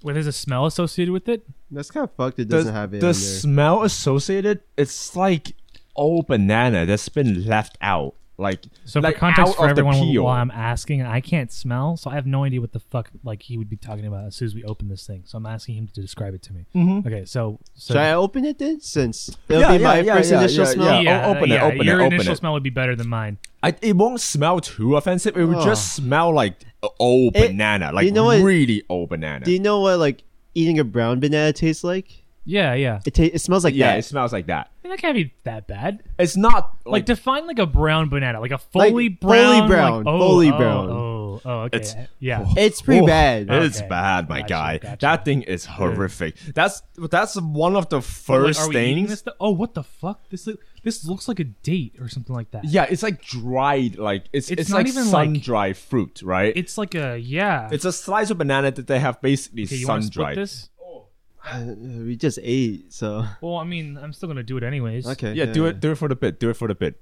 Speaker 2: Where there's a smell associated with it?
Speaker 3: That's kind of fucked. It
Speaker 4: the,
Speaker 3: doesn't have it
Speaker 4: the
Speaker 3: on there.
Speaker 4: smell associated, it's like old banana that's been left out. Like
Speaker 2: So
Speaker 4: like
Speaker 2: for context
Speaker 4: out
Speaker 2: for
Speaker 4: of the
Speaker 2: everyone
Speaker 4: peel.
Speaker 2: while I'm asking, I can't smell, so I have no idea what the fuck like he would be talking about as soon as we open this thing. So I'm asking him to describe it to me.
Speaker 4: Mm-hmm.
Speaker 2: Okay, so so
Speaker 3: Should I open it then? Since it'll
Speaker 4: Yeah,
Speaker 3: be
Speaker 4: yeah,
Speaker 3: my
Speaker 4: yeah,
Speaker 3: first
Speaker 4: yeah,
Speaker 3: initial
Speaker 4: yeah,
Speaker 3: smell.
Speaker 4: yeah.
Speaker 2: yeah,
Speaker 4: uh, o- open it,
Speaker 2: yeah,
Speaker 4: open it,
Speaker 2: your
Speaker 4: open
Speaker 2: initial
Speaker 4: it.
Speaker 2: smell would be better than mine.
Speaker 4: I, it won't smell too offensive. It would
Speaker 3: Ugh.
Speaker 4: just smell like old
Speaker 3: Oh. It-
Speaker 4: banana, like
Speaker 3: you know what-
Speaker 4: really old banana.
Speaker 3: Do you know what like eating a brown banana tastes like?
Speaker 2: Yeah, yeah.
Speaker 3: It ta- it smells like
Speaker 4: yeah, it
Speaker 3: that.
Speaker 4: smells like that.
Speaker 2: I mean, that can't be that bad.
Speaker 4: It's not
Speaker 2: Like,
Speaker 4: like,
Speaker 2: define like a brown banana, like a fully
Speaker 3: fully
Speaker 2: brown,
Speaker 3: brown,
Speaker 2: like, oh,
Speaker 3: fully
Speaker 2: oh,
Speaker 3: brown.
Speaker 2: Oh, oh, okay,
Speaker 4: It's-
Speaker 2: yeah.
Speaker 3: It's pretty
Speaker 4: Oh,
Speaker 3: bad.
Speaker 4: It's
Speaker 2: Okay.
Speaker 4: bad, my
Speaker 2: Gotcha,
Speaker 4: guy.
Speaker 2: gotcha.
Speaker 4: That thing is horrific. That's that's one of the
Speaker 2: Like,
Speaker 4: first
Speaker 2: are we eating
Speaker 4: things.
Speaker 2: this? Th- oh, what the fuck? This look, this looks like a date or something like that.
Speaker 4: yeah, it's like dried, like it's
Speaker 2: It's
Speaker 4: it's,
Speaker 2: not
Speaker 4: like
Speaker 2: even
Speaker 4: sun
Speaker 2: like-
Speaker 4: dried fruit, right?
Speaker 2: It's like a yeah.
Speaker 4: It's a slice of banana that they have basically
Speaker 2: okay, you
Speaker 4: sun
Speaker 2: want to split
Speaker 4: dried.
Speaker 2: this?
Speaker 3: Uh, we just ate, so
Speaker 2: Well, I mean, I'm still gonna do it anyways.
Speaker 3: okay. uh,
Speaker 4: Yeah, do it. Do it for the bit. Do it for the bit.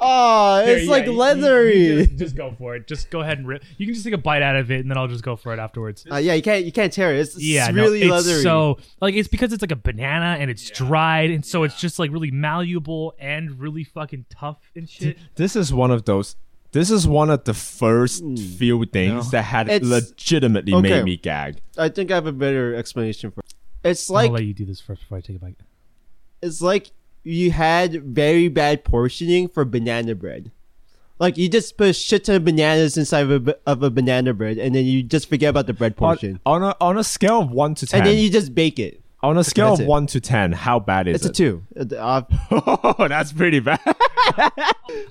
Speaker 3: Oh,
Speaker 2: There,
Speaker 3: it's
Speaker 2: yeah,
Speaker 3: like
Speaker 2: you- you-
Speaker 3: leathery.
Speaker 2: you just, just go for it. Just go ahead and rip. You can just take a bite out of it, and then I'll just go for it afterwards.
Speaker 3: Uh, yeah, you can't you can't tear it. It's, it's
Speaker 2: yeah, no,
Speaker 3: really
Speaker 2: it's
Speaker 3: leathery.
Speaker 2: so like it's because it's like a banana and it's dried, and so it's just like really malleable and really fucking tough and shit.
Speaker 4: This is one of those. This is one of the first few things that had
Speaker 3: Hmm. It's-
Speaker 4: legitimately
Speaker 3: okay.
Speaker 4: made me gag.
Speaker 3: I think I have a better explanation for. It. It's
Speaker 2: I'll
Speaker 3: like
Speaker 2: let you do this first before I take a bite.
Speaker 3: it's like you had very bad portioning for banana bread. Like you just put a shit ton of bananas inside of a, ba- of a banana bread, and then you just forget about the bread portion,
Speaker 4: On, on a on a scale of one to ten,
Speaker 3: and then you just bake it.
Speaker 4: on a scale
Speaker 3: That's
Speaker 4: of
Speaker 3: it.
Speaker 4: one to ten, how bad is
Speaker 3: It's a
Speaker 4: it?
Speaker 3: two. Uh, the- uh,
Speaker 4: oh, that's pretty bad.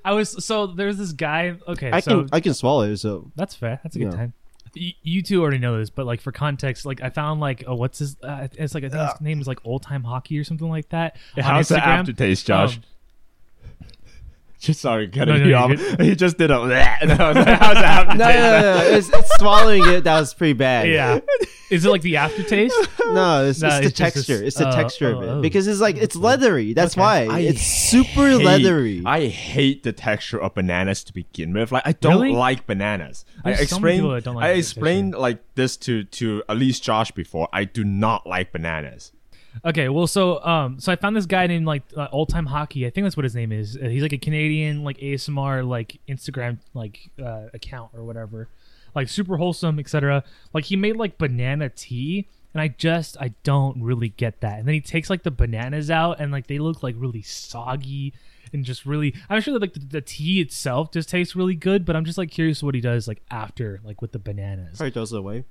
Speaker 2: I was so there's this guy. Okay,
Speaker 3: I
Speaker 2: so
Speaker 3: can I can swallow it. So
Speaker 2: That's fair. That's a good
Speaker 3: Yeah.
Speaker 2: time. You, you two already know this, but like for context, like I found like oh, what's his? Uh, it's like I think his name is like old time hockey or something like that. on
Speaker 4: How's the
Speaker 2: Instagram.
Speaker 4: aftertaste, Josh?
Speaker 2: Um,
Speaker 4: Just sorry, cutting
Speaker 2: No, no,
Speaker 4: you
Speaker 2: you're
Speaker 4: off. He just did a. And I was like, how's the aftertaste?
Speaker 3: no, no, no, no. it's, it's swallowing it. That was pretty bad.
Speaker 2: Um, yeah, is it like the aftertaste?
Speaker 3: No, it's,
Speaker 2: No,
Speaker 3: it's the
Speaker 2: it's just
Speaker 3: texture.
Speaker 2: this-
Speaker 3: it's the
Speaker 2: oh,
Speaker 3: texture
Speaker 2: oh,
Speaker 3: of it
Speaker 2: oh.
Speaker 3: because it's like it's leathery. That's why
Speaker 4: I
Speaker 3: it's super
Speaker 4: hate-
Speaker 3: leathery.
Speaker 4: I hate the texture of bananas to begin with. Like I don't
Speaker 2: Really?
Speaker 4: like bananas. I
Speaker 2: There's so many
Speaker 4: explained
Speaker 2: people that don't like
Speaker 4: I
Speaker 2: the
Speaker 4: explained like this to to at least Josh before. I do not like bananas.
Speaker 2: Okay, well, so um, so I found this guy named like uh, old time hockey. I think that's what his name is. Uh, he's like a Canadian like ASMR like Instagram like uh, account or whatever, like super wholesome, etc. Like he made like banana tea, and I just I don't really get that. And then he takes like the bananas out, and like they look like really soggy and just really. I'm sure that like the, the tea itself just tastes really good, but I'm just like curious what he does like after like with the bananas.
Speaker 3: Probably throws it away,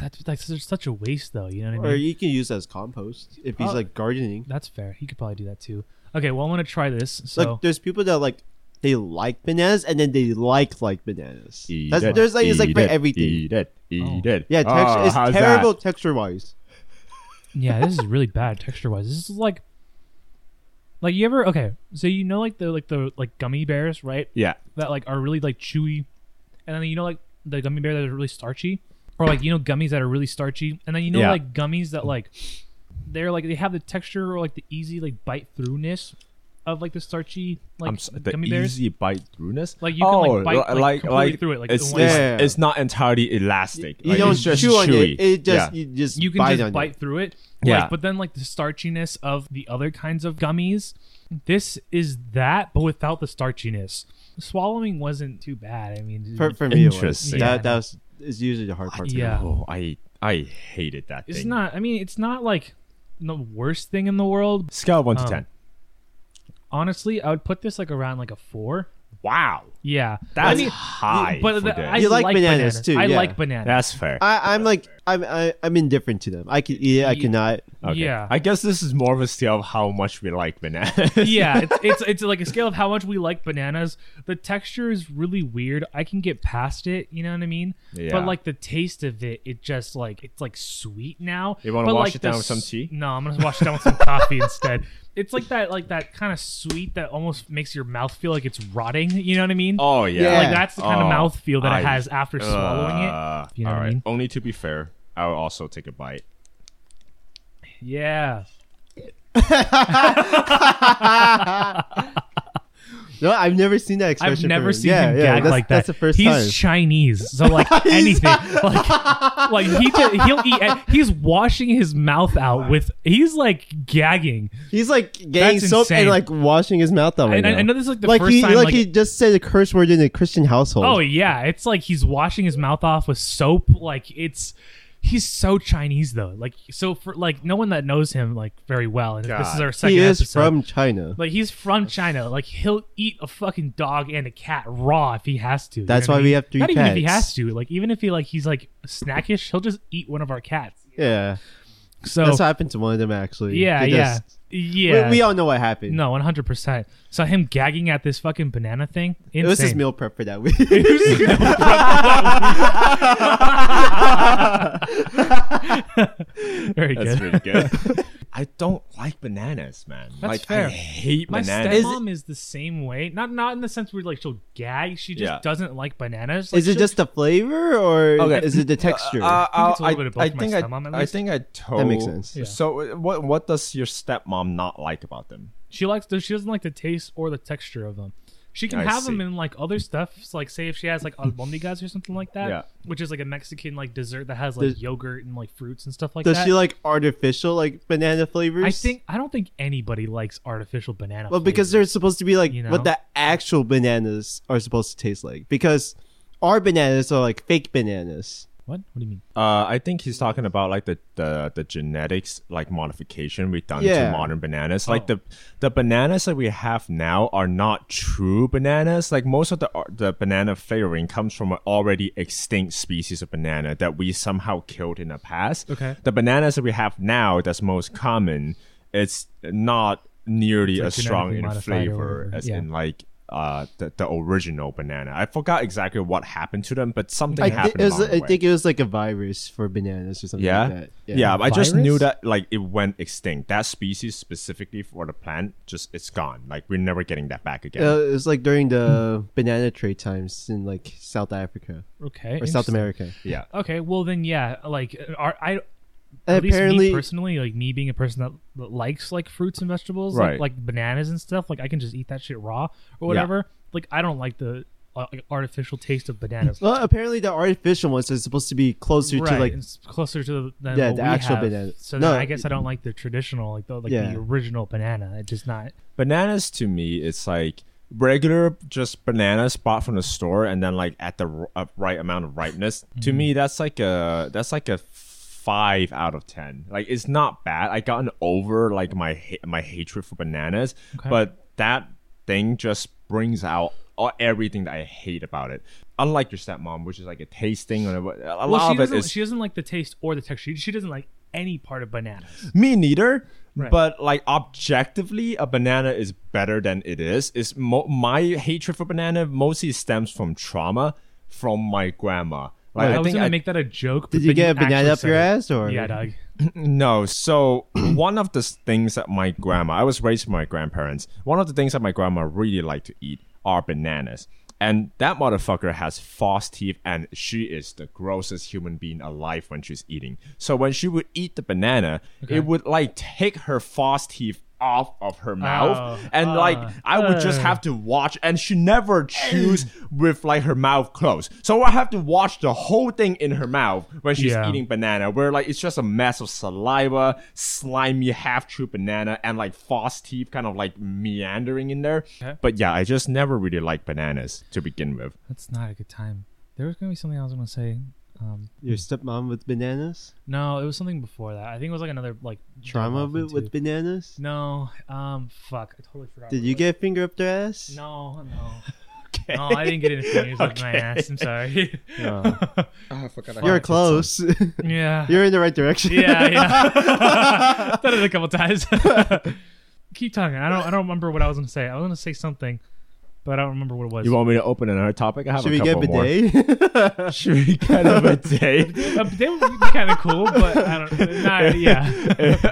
Speaker 2: That's that's such- such a waste though. You know what I mean?
Speaker 3: or you can use it as compost if he's
Speaker 2: Oh.
Speaker 3: like gardening.
Speaker 2: That's fair. He could probably do that too. Okay, well, I'm gonna try this. So
Speaker 3: Like there's people that like they like bananas and then they like like bananas.
Speaker 4: Eat
Speaker 3: That's,
Speaker 4: it,
Speaker 3: there's like it's like
Speaker 4: eat
Speaker 3: for
Speaker 4: it,
Speaker 3: everything.
Speaker 4: Eat it. Eat it.
Speaker 3: Yeah, texture
Speaker 4: Oh, how's
Speaker 3: it's
Speaker 4: that?
Speaker 3: terrible texture wise.
Speaker 2: yeah, this is really bad texture wise. This is like, like you ever okay? So you know like the like the like gummy bears, right?
Speaker 4: Yeah.
Speaker 2: That like are really like chewy, and then you know like the gummy bear that are really starchy, or like you know gummies that are really starchy, and then you know
Speaker 4: Yeah.
Speaker 2: like gummies that like they're like they have the texture or like the easy like bite throughness of like the starchy like
Speaker 4: I'm so, the
Speaker 2: gummy bears.
Speaker 4: easy bite throughnhness.
Speaker 2: Like, you can, like, bite, like, completely through it, like,
Speaker 4: it's,
Speaker 2: the one-
Speaker 4: it's,
Speaker 3: Yeah.
Speaker 4: it's not entirely elastic.
Speaker 3: You
Speaker 4: Like,
Speaker 3: don't
Speaker 4: it's just
Speaker 3: chew on
Speaker 4: chewy.
Speaker 3: it. It just
Speaker 4: Yeah.
Speaker 3: you just
Speaker 2: you can
Speaker 3: bite on
Speaker 2: just
Speaker 3: it.
Speaker 2: bite through it.
Speaker 4: Yeah.
Speaker 2: Like, but then like the starchiness of the other kinds of gummies, this is that, but without the starchiness. Swallowing wasn't too bad. I mean,
Speaker 3: For, for me, it was.
Speaker 4: Interesting.
Speaker 2: Yeah, I
Speaker 3: That that was is usually the hard part. to
Speaker 2: Yeah.
Speaker 4: Oh, I I hated that
Speaker 2: it's
Speaker 4: thing.
Speaker 2: not. I mean, it's not like the worst thing in the world.
Speaker 4: scale of one to
Speaker 2: Um,
Speaker 4: ten.
Speaker 2: Honestly, I would put this like around like a four.
Speaker 4: Wow,
Speaker 2: Yeah,
Speaker 4: that's
Speaker 2: I mean,
Speaker 4: high.
Speaker 2: but
Speaker 4: for
Speaker 2: the-
Speaker 4: this.
Speaker 2: I
Speaker 3: You like bananas, too,
Speaker 2: I
Speaker 3: yeah.
Speaker 2: like bananas.
Speaker 4: that's fair.
Speaker 3: I, I'm like I'm I, I'm indifferent to them. I can eat it. I
Speaker 2: Ye-
Speaker 3: cannot.
Speaker 2: Yeah.
Speaker 4: I guess this is more of a scale of how much we like bananas.
Speaker 2: yeah, it's, it's it's like a scale of how much we like bananas. The texture is really weird. I can get past it, you know what I mean?
Speaker 4: Yeah.
Speaker 2: But like the taste of it, it just like it's like sweet now.
Speaker 4: You wanna
Speaker 2: But,
Speaker 4: wash
Speaker 2: like,
Speaker 4: it down
Speaker 2: the
Speaker 4: with some
Speaker 2: s-
Speaker 4: tea?
Speaker 2: No, I'm gonna wash it down with some coffee instead. It's like that like that kind of sweet that almost makes your mouth feel like it's rotting. You know what I mean?
Speaker 4: oh yeah,
Speaker 3: Yeah.
Speaker 2: Like that's the kind
Speaker 4: Oh,
Speaker 2: of mouthfeel that
Speaker 4: I-
Speaker 2: it has after swallowing
Speaker 4: Uh,
Speaker 2: it. You know
Speaker 4: all
Speaker 2: what I
Speaker 4: right.
Speaker 2: mean?
Speaker 4: Only to be fair, I will also take a bite.
Speaker 2: it. Yeah.
Speaker 3: No, I've never seen that expression.
Speaker 2: I've
Speaker 3: from
Speaker 2: never
Speaker 3: him.
Speaker 2: seen
Speaker 3: yeah,
Speaker 2: him
Speaker 3: yeah,
Speaker 2: gag
Speaker 3: that's,
Speaker 2: like that.
Speaker 3: That's the first
Speaker 2: he's
Speaker 3: time.
Speaker 2: Chinese, so like anything, like like he just, he'll eat. and He's washing his mouth out with. He's like gagging.
Speaker 3: he's like getting
Speaker 2: That's
Speaker 3: soap
Speaker 2: insane.
Speaker 3: and like washing his mouth out. Right
Speaker 2: And I,
Speaker 3: now.
Speaker 2: I know this is like the
Speaker 3: like
Speaker 2: first
Speaker 3: he
Speaker 2: time.
Speaker 3: like,
Speaker 2: Like,
Speaker 3: he just said a curse word in a Christian household.
Speaker 2: oh yeah, it's like he's washing his mouth off with soap. Like it's. He's so Chinese though. Like so for like no one that knows him like very well. And this is
Speaker 4: God.
Speaker 2: our second
Speaker 3: he is
Speaker 2: episode.
Speaker 3: from China.
Speaker 2: like he's from China. Like he'll eat a fucking dog and a cat raw if he has to. you
Speaker 3: That's
Speaker 2: know
Speaker 3: why
Speaker 2: what I
Speaker 3: we
Speaker 2: mean?
Speaker 3: have three
Speaker 2: Not even if he
Speaker 3: cats.
Speaker 2: has to. Like even if he like he's like snackish, he'll just eat one of our cats.
Speaker 3: yeah,
Speaker 2: So
Speaker 3: that's what happened to one of them actually.
Speaker 2: yeah,
Speaker 3: They
Speaker 2: yeah,
Speaker 3: just-
Speaker 2: yeah.
Speaker 3: We, we all know what happened.
Speaker 2: no, one hundred percent. So him gagging at this fucking banana thing. Insane.
Speaker 3: it was his meal prep for that week.
Speaker 2: Very good.
Speaker 4: That's pretty good. I don't like bananas, man. like I
Speaker 2: fair.
Speaker 4: hate
Speaker 2: My
Speaker 4: bananas.
Speaker 2: stepmom is the same way. Not not in the sense where like she'll gag. She just
Speaker 4: Yeah.
Speaker 2: doesn't like bananas. Like,
Speaker 3: is it
Speaker 2: she'll-
Speaker 3: just the flavor or
Speaker 4: Okay.
Speaker 3: is it the texture?
Speaker 4: Uh,
Speaker 2: I think it's a
Speaker 4: I,
Speaker 2: little bit of both
Speaker 4: I
Speaker 2: my
Speaker 4: think I,
Speaker 2: stepmom, at
Speaker 4: I
Speaker 2: least.
Speaker 4: think I told.
Speaker 3: makes sense.
Speaker 2: Yeah.
Speaker 4: So uh, what what does your stepmom not like about them?
Speaker 2: She likes she doesn't like the taste or the texture of them. She can
Speaker 4: I
Speaker 2: have them
Speaker 4: see.
Speaker 2: in like other stuff, so, like say if she has like albondigas or something like that,
Speaker 4: Yeah.
Speaker 2: which is like a Mexican like dessert that has like
Speaker 3: Does-
Speaker 2: yogurt and like fruits and stuff like
Speaker 3: Does
Speaker 2: that.
Speaker 3: she like artificial like banana flavors?
Speaker 2: I think I don't think anybody likes artificial banana.
Speaker 3: Well, because they're supposed to be like
Speaker 2: you know?
Speaker 3: what the actual bananas are supposed to taste like. Because our bananas are like fake bananas.
Speaker 2: what? What do you mean?
Speaker 4: Uh, I think he's talking about like the, the, the genetics like modification we've done
Speaker 3: Yeah.
Speaker 4: to modern bananas. Like
Speaker 2: Oh.
Speaker 4: the the bananas that we have now are not true bananas. Like most of the ar- the banana flavoring comes from an already extinct species of banana that we somehow killed in the past.
Speaker 2: Okay.
Speaker 4: The bananas that we have now that's most common, it's not nearly
Speaker 2: like
Speaker 4: as strong
Speaker 2: genetically
Speaker 4: in
Speaker 2: modified or
Speaker 4: flavor
Speaker 2: whatever,
Speaker 4: as
Speaker 2: yeah.
Speaker 4: in like uh the, the original banana. I forgot exactly what happened to them, but something
Speaker 3: I, thi-
Speaker 4: happened.
Speaker 3: it was,
Speaker 4: along the
Speaker 3: I
Speaker 4: way.
Speaker 3: think it was like a virus for bananas or something
Speaker 4: Yeah.
Speaker 3: like that.
Speaker 4: yeah. I just
Speaker 2: Virus?
Speaker 4: knew that like it went extinct. That species specifically for the plant, just it's gone. Like we're never getting that back again.
Speaker 3: Uh, it was like during the banana trade times in like South Africa
Speaker 2: Okay.
Speaker 3: or South
Speaker 2: interesting.
Speaker 3: America.
Speaker 4: yeah.
Speaker 2: Okay. Well, then yeah, like are, I
Speaker 3: And
Speaker 2: at least
Speaker 3: apparently,
Speaker 2: me personally, like me being a person that, that likes like fruits and vegetables,
Speaker 4: Right.
Speaker 2: like, like bananas and stuff, like I can just eat that shit raw or whatever. Like I don't like the uh, like, artificial taste of bananas.
Speaker 3: well, apparently the artificial ones are supposed to be closer
Speaker 2: right,
Speaker 3: to like
Speaker 2: it's closer to the, than
Speaker 3: Yeah,
Speaker 2: what
Speaker 3: the
Speaker 2: we
Speaker 3: actual
Speaker 2: have.
Speaker 3: banana.
Speaker 2: So
Speaker 3: No,
Speaker 2: then I guess I don't like the traditional, like the like
Speaker 3: Yeah.
Speaker 2: the original banana. It's just not.
Speaker 4: Bananas to me, it's like regular just bananas bought from the store and then like at the r- uh, right amount of ripeness.
Speaker 2: Mm-hmm.
Speaker 4: To me, that's like a that's like a five out of ten. Like it's not bad. I gotten over like my ha- my hatred for bananas,
Speaker 2: Okay.
Speaker 4: but that thing just brings out. all- Everything that I hate about it, unlike your stepmom, which is like a tasting, and a, a
Speaker 2: well,
Speaker 4: lot
Speaker 2: she
Speaker 4: of it
Speaker 2: doesn't.
Speaker 4: is
Speaker 2: She doesn't like the taste or the texture. She, she doesn't like any part of bananas.
Speaker 4: me neither
Speaker 2: Right.
Speaker 4: but like objectively a banana is better than it is is mo- my hatred for banana mostly stems from trauma from my grandma like
Speaker 2: I,
Speaker 4: i
Speaker 2: was
Speaker 4: think
Speaker 2: gonna
Speaker 4: I,
Speaker 2: make that a joke. but
Speaker 3: Did you
Speaker 2: then
Speaker 3: get a banana
Speaker 2: actually
Speaker 3: up your
Speaker 2: said it.
Speaker 3: ass, or-
Speaker 2: yeah, Doug?
Speaker 4: no so one of the s- things that my grandma i was raised by my grandparents one of the things that my grandma really liked to eat are bananas and that motherfucker has false teeth and she is the grossest human being alive when she's eating so when she would eat the banana it would like take her false teeth off of her mouth
Speaker 2: Oh.
Speaker 4: and like
Speaker 2: Ah.
Speaker 4: i would just
Speaker 2: Ugh.
Speaker 4: have to watch and she never chews with like her mouth closed so i have to watch the whole thing in her mouth when she's
Speaker 2: Yeah.
Speaker 4: eating banana where like it's just a mess of saliva slimy half chewed banana and like false teeth kind of like meandering in there but yeah i just never really liked bananas to begin with
Speaker 2: That's not a good time. There was gonna be something I was gonna say. Um,
Speaker 3: your stepmom with bananas,
Speaker 2: no, it was something before that. I think it was like another like
Speaker 3: trauma
Speaker 2: Dolphin
Speaker 3: with, with
Speaker 2: too.
Speaker 3: bananas.
Speaker 2: No, um, fuck, I totally forgot.
Speaker 3: Did
Speaker 2: what
Speaker 3: you
Speaker 2: it was.
Speaker 3: get a finger up their ass?
Speaker 2: No, no.
Speaker 4: okay.
Speaker 2: Oh, I didn't get any fingers up my
Speaker 4: Okay.
Speaker 2: ass. I'm sorry.
Speaker 1: Oh, I forgot. I
Speaker 3: You're
Speaker 1: had
Speaker 3: close.
Speaker 2: yeah.
Speaker 3: You're in the right direction.
Speaker 2: yeah, yeah. Done it a couple times. Keep talking. I don't. I don't remember what I was gonna say. I was gonna say something, but I don't remember what it was.
Speaker 4: You want me to open another topic? I have
Speaker 3: Should
Speaker 4: a
Speaker 3: we get
Speaker 4: couple more.
Speaker 3: bidet?
Speaker 4: Should we get a bidet?
Speaker 2: Uh, they would be kind of cool, but I don't. Not, yeah.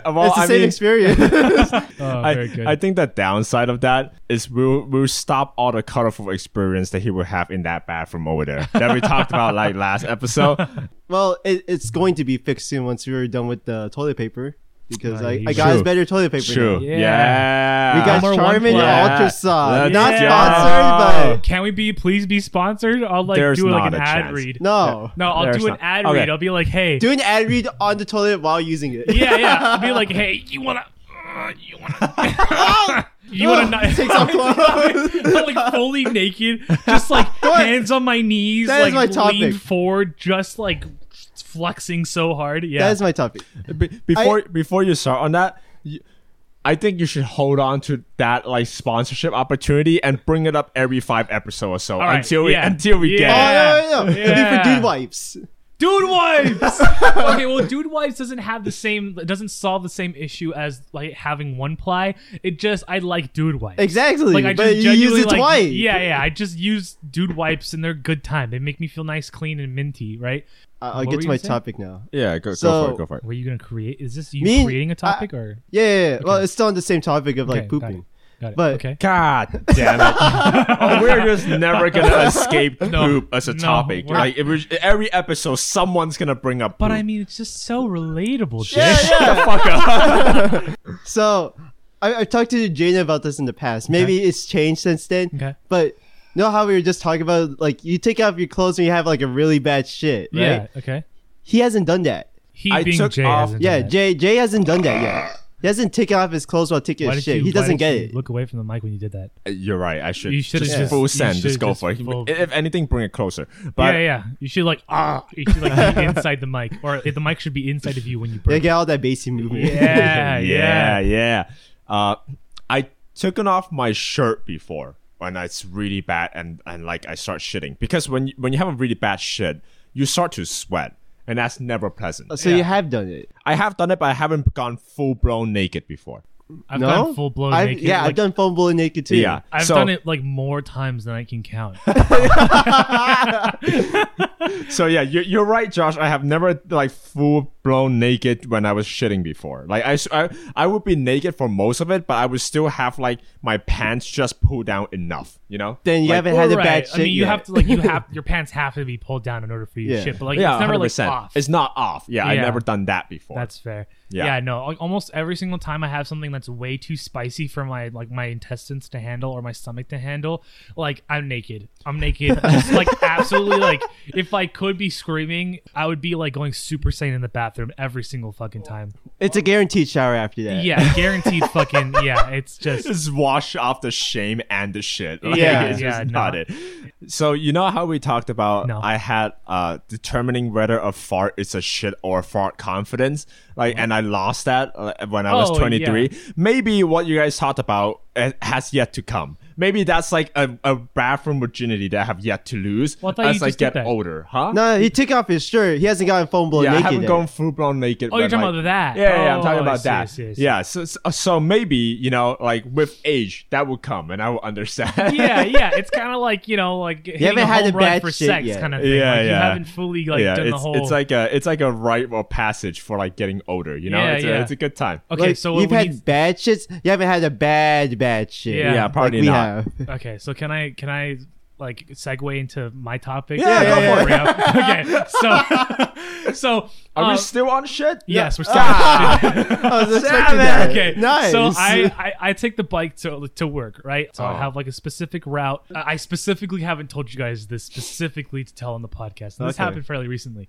Speaker 4: well,
Speaker 3: it's the
Speaker 4: I
Speaker 3: same
Speaker 4: mean,
Speaker 3: experience.
Speaker 2: Oh, very
Speaker 4: I,
Speaker 2: good.
Speaker 4: I think the downside of that is we'll we'll stop all the colorful experience that he will have in that bathroom over there that we talked about like last episode.
Speaker 3: well, it, it's going to be fixed soon once we're done with the toilet paper because
Speaker 2: Oh,
Speaker 3: I,
Speaker 2: you-
Speaker 3: I got us
Speaker 4: True.
Speaker 3: better toilet paper.
Speaker 4: True.
Speaker 3: now.
Speaker 2: Yeah.
Speaker 4: Yeah.
Speaker 3: We got
Speaker 2: Number one
Speaker 3: Charmin
Speaker 2: plug.
Speaker 4: Yeah.
Speaker 3: Ultrasound.
Speaker 4: Let's
Speaker 3: Not
Speaker 2: go.
Speaker 3: sponsored,
Speaker 2: Can we be please be sponsored? I'll like
Speaker 4: oh. There's
Speaker 2: do like an
Speaker 4: not a
Speaker 2: ad
Speaker 4: chance.
Speaker 3: but
Speaker 2: read.
Speaker 3: no.
Speaker 2: No, I'll
Speaker 4: There's
Speaker 2: do an
Speaker 4: not.
Speaker 2: ad
Speaker 4: Okay.
Speaker 2: read. I'll be like, hey,
Speaker 3: Do an ad read on the toilet while using it.
Speaker 2: yeah, yeah. I'll be like, hey, you wanna, uh, you wanna, you wanna not.
Speaker 3: Takes off clothes.
Speaker 2: I'm, like fully naked, just like hands on my knees,
Speaker 3: That
Speaker 2: like
Speaker 3: is my topic.
Speaker 2: leaned forward, just like flexing so hard. Yeah,
Speaker 3: That is my topic.
Speaker 4: Be- before before you start on that, you, I think you should hold on to that like sponsorship opportunity and bring it up every five episode or so
Speaker 2: All right,
Speaker 4: until we
Speaker 2: yeah.
Speaker 4: until we
Speaker 2: Yeah.
Speaker 4: get. it.
Speaker 3: Oh, no, no, no. It'd be
Speaker 2: Yeah.
Speaker 3: for dude wipes.
Speaker 2: dude wipes. okay, well, dude wipes doesn't have the same, doesn't solve the same issue as like having one ply. It just I like dude wipes.
Speaker 3: Exactly.
Speaker 2: Like I
Speaker 3: but
Speaker 2: just
Speaker 3: you use
Speaker 2: genuinely,
Speaker 3: it
Speaker 2: like,
Speaker 3: twice.
Speaker 2: Yeah, yeah. I just use dude wipes and they're good time. They make me feel nice, clean, and minty. Right?
Speaker 3: I- I'll
Speaker 2: What were
Speaker 3: get
Speaker 2: you
Speaker 3: to my
Speaker 2: saying?
Speaker 3: topic now.
Speaker 4: Yeah, go,
Speaker 3: So-
Speaker 4: go for it. Go for it.
Speaker 2: Were you gonna create? Is this you
Speaker 3: Me-
Speaker 2: creating a topic or
Speaker 3: Yeah, yeah, yeah. Well, it's still on the same topic of like
Speaker 2: Okay, got
Speaker 3: pooping.
Speaker 2: Got it.
Speaker 3: But-
Speaker 2: okay.
Speaker 4: God damn it! Oh, we're just never gonna escape poop as a
Speaker 2: no,
Speaker 4: topic.
Speaker 2: we're-
Speaker 4: Like if we- every episode, someone's gonna bring up.
Speaker 2: But I
Speaker 4: poop.
Speaker 2: mean, it's just so relatable, Jay.
Speaker 4: shut the fuck up.
Speaker 3: So I, I've talked to Jana about this in the past. Maybe it's changed since then.
Speaker 2: Okay.
Speaker 3: But you know how we were just talking about like you take off your clothes and you have like a really bad shit, right?
Speaker 2: Yeah. Okay.
Speaker 3: He hasn't done that.
Speaker 2: He
Speaker 4: I
Speaker 2: being
Speaker 4: took
Speaker 2: Jay.
Speaker 4: off-
Speaker 2: hasn't done
Speaker 3: Yeah,
Speaker 2: that.
Speaker 3: Jay Jay hasn't done that yet. He hasn't taken off his clothes while taking
Speaker 2: Why
Speaker 3: a
Speaker 2: did
Speaker 3: shit.
Speaker 2: you-
Speaker 3: he
Speaker 2: why
Speaker 3: doesn't
Speaker 2: did
Speaker 3: get
Speaker 2: you
Speaker 3: it.
Speaker 2: Look away from the mic when you did that.
Speaker 4: You're right. I should.
Speaker 2: You should've
Speaker 4: just
Speaker 2: just-
Speaker 4: full
Speaker 2: you
Speaker 4: send. Just
Speaker 2: should
Speaker 4: go
Speaker 2: just
Speaker 4: for it.
Speaker 2: full-
Speaker 4: If anything, bring it closer.
Speaker 2: Yeah,
Speaker 4: But
Speaker 2: yeah, yeah. You should like ah. You should like be inside the mic, or the mic should be inside of you when you
Speaker 3: They
Speaker 2: burp.
Speaker 3: get all that bassy movement.
Speaker 2: Yeah,
Speaker 4: yeah,
Speaker 2: yeah.
Speaker 4: yeah. Uh, I taken off my shirt before when it's really bad and and like I start shitting because when you- when you have a really bad shit, you start to sweat and that's never pleasant.
Speaker 3: so you have done it.
Speaker 4: I have done it, but I haven't gone full blown naked before.
Speaker 2: I've
Speaker 3: no,
Speaker 2: done full blown
Speaker 3: I've-
Speaker 2: naked.
Speaker 3: Yeah,
Speaker 2: like,
Speaker 3: I've done foam blown naked too.
Speaker 4: Yeah,
Speaker 2: I've
Speaker 4: so,
Speaker 2: done it like more times than I can count.
Speaker 4: So yeah, you're, you're right, Josh. I have never like full blown naked when I was shitting before. Like I, s- I, I would be naked for most of it, but I would still have like my pants just pulled down enough. You know.
Speaker 3: Then you
Speaker 4: Like,
Speaker 3: haven't had a
Speaker 2: Right.
Speaker 3: bad shit.
Speaker 2: I mean, you
Speaker 3: yet.
Speaker 2: have to like you have your pants have to be pulled down in order for you to
Speaker 3: Yeah.
Speaker 2: shit. But like
Speaker 4: yeah,
Speaker 2: it's never
Speaker 4: 100%.
Speaker 2: like off.
Speaker 4: It's not off. Yeah, I've
Speaker 2: Yeah.
Speaker 4: never done that before.
Speaker 2: That's fair.
Speaker 4: Yeah.
Speaker 2: yeah, no. like, Almost every single time I have something that's way too spicy for my like my intestines to handle or my stomach to handle, like I'm naked. I'm naked. Just, like absolutely. Like if I could be screaming, I would be like going super sane in the bathroom every single fucking time.
Speaker 3: It's a guaranteed shower after that.
Speaker 2: Yeah, guaranteed. fucking yeah. It's just
Speaker 4: just wash off the shame and the shit. Like,
Speaker 3: Yeah.
Speaker 4: it's
Speaker 2: Yeah,
Speaker 4: just
Speaker 2: no.
Speaker 4: not it. So you know how we talked about
Speaker 2: No.
Speaker 4: I had uh determining whether a fart is a shit or a fart confidence, like, and I lost that uh, when I was
Speaker 2: Oh,
Speaker 4: 23.
Speaker 2: yeah.
Speaker 4: Maybe what you guys talked about uh, has yet to come. Maybe that's like a, a bathroom virginity that I have yet to lose
Speaker 2: Well, I thought
Speaker 4: as
Speaker 2: you
Speaker 4: I
Speaker 2: just did
Speaker 4: get
Speaker 2: that.
Speaker 4: older, huh?
Speaker 3: No, he took off his shirt. He hasn't gotten foam blown
Speaker 4: yeah, I
Speaker 3: naked.
Speaker 4: haven't
Speaker 3: yet.
Speaker 4: gone full blown naked.
Speaker 2: Oh, you're
Speaker 4: but,
Speaker 2: talking
Speaker 4: like-
Speaker 2: about that.
Speaker 4: Yeah, yeah, yeah, I'm
Speaker 2: Oh,
Speaker 4: talking
Speaker 2: I
Speaker 4: about
Speaker 2: see, I
Speaker 4: that.
Speaker 2: see, I see.
Speaker 4: Yeah, so, so so maybe you know, like with age, that would come, and I will understand.
Speaker 2: yeah, yeah. It's kind of like you know, like you
Speaker 3: haven't
Speaker 2: a
Speaker 3: had
Speaker 2: home
Speaker 3: a
Speaker 2: run
Speaker 3: bad
Speaker 2: for
Speaker 3: shit
Speaker 2: sex
Speaker 3: yet.
Speaker 2: kind of thing.
Speaker 4: Yeah,
Speaker 2: like, You
Speaker 4: yeah.
Speaker 2: haven't fully like
Speaker 4: yeah,
Speaker 2: done
Speaker 4: it's,
Speaker 2: the whole.
Speaker 4: it's like a it's like a rite of passage for like getting older. You know,
Speaker 2: Yeah,
Speaker 4: it's,
Speaker 2: yeah.
Speaker 4: A, it's a good time.
Speaker 2: okay,
Speaker 3: Like,
Speaker 2: so what
Speaker 3: you've
Speaker 2: we
Speaker 3: had
Speaker 2: need-
Speaker 3: bad shits. You haven't had a bad bad shit.
Speaker 2: Yeah.
Speaker 4: Yeah,
Speaker 3: like
Speaker 4: probably
Speaker 3: we
Speaker 4: not.
Speaker 3: have.
Speaker 2: okay, so can I can I like segue into my topic?
Speaker 4: Yeah,
Speaker 3: Yeah, go yeah, for
Speaker 2: Okay, so so
Speaker 4: Are
Speaker 2: um,
Speaker 4: we still on shit?
Speaker 2: yes, we're
Speaker 4: No. Ah,
Speaker 2: still.
Speaker 3: I was
Speaker 4: Damn
Speaker 3: expecting
Speaker 4: it.
Speaker 3: that.
Speaker 2: okay.
Speaker 3: Nice.
Speaker 2: So I, I I take the bike to to work, right? So I
Speaker 4: Oh.
Speaker 2: have like a specific route. I I specifically haven't told you guys this specifically to tell on the podcast. And this
Speaker 4: Okay.
Speaker 2: happened fairly recently.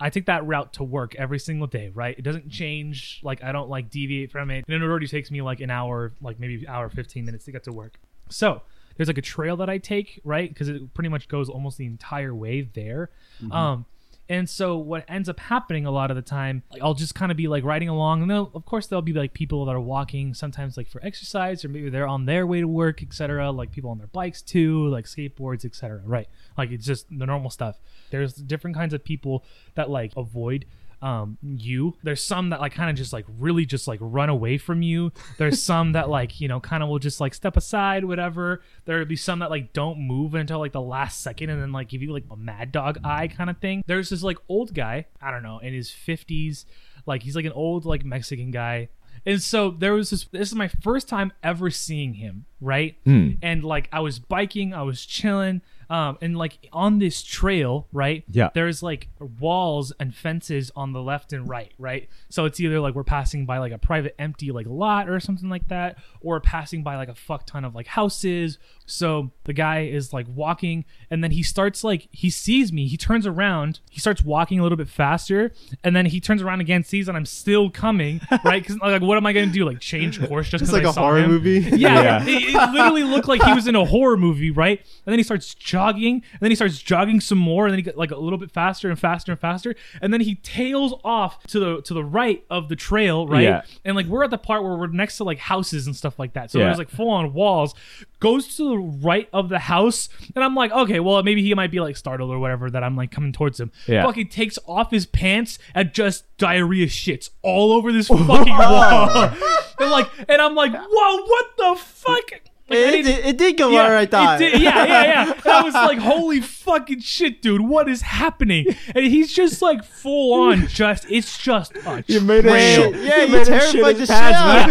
Speaker 2: I take that route to work every single day, right? It doesn't change. Like I don't like deviate from it. And it already takes me like an hour, like maybe hour fifteen minutes to get to work. So there's like a trail that I take, right? Because it pretty much goes almost the entire way there. Um, And so what ends up happening a lot of the time, like, I'll just kind of be like riding along, and they'll, of course there'll be like people that are walking sometimes like for exercise, or maybe they're on their way to work, etc. Like people on their bikes too, like skateboards, etc. Right? Like it's just the normal stuff. There's different kinds of people that like avoid um you there's some that like kind of just like really just like run away from you there's some that like you know kind of will just like step aside whatever there'll be some that like don't move until like the last second and then like give you like a mad dog eye kind of thing there's this like old guy i don't know in his 50s like he's like an old like mexican guy and so there was this this is my first time ever seeing him right and like i was biking i was chilling um and like on this trail right
Speaker 4: Yeah.
Speaker 2: there's like walls and fences on the left and right, right? So it's either like we're passing by like a private empty like lot or something like that, or passing by like a fuck ton of like houses. So the guy is like walking and then he starts like he sees me, he turns around, he starts walking a little bit faster, and then he turns around again, sees that I'm still coming, right? Because like what am I gonna do? Like change course just
Speaker 3: It's
Speaker 2: because
Speaker 3: like
Speaker 2: I
Speaker 3: a
Speaker 2: saw
Speaker 3: horror
Speaker 2: him?
Speaker 3: movie.
Speaker 2: Yeah, It, it literally looked like he was in a horror movie, right? And then he starts jogging, and then he starts jogging some more, and then he got like a little bit faster and faster and faster, and then he tails off to the to the right of the trail, right?
Speaker 4: Yeah.
Speaker 2: And like we're at the part where we're next to like houses and stuff like that, so
Speaker 4: Yeah.
Speaker 2: there's like full on walls. Goes to the right of the house, and I'm like, okay, well maybe he might be like startled or whatever that I'm like coming towards him.
Speaker 4: Yeah.
Speaker 2: Fucking takes off his pants and just diarrhea shits all over this fucking wall. and like, and I'm like, whoa, what the fuck? Like, I
Speaker 3: It,
Speaker 2: need-
Speaker 3: did- it did go where I
Speaker 2: it
Speaker 3: thought.
Speaker 2: did- yeah, yeah, yeah. And I was like, holy fucking shit, dude, what is happening? And he's just like full on, just it's just a
Speaker 4: You made it.
Speaker 2: trail.
Speaker 4: shit.
Speaker 3: Yeah,
Speaker 4: You
Speaker 3: you
Speaker 4: made him
Speaker 3: terrified
Speaker 4: shit his
Speaker 3: the shit
Speaker 4: pants,
Speaker 3: out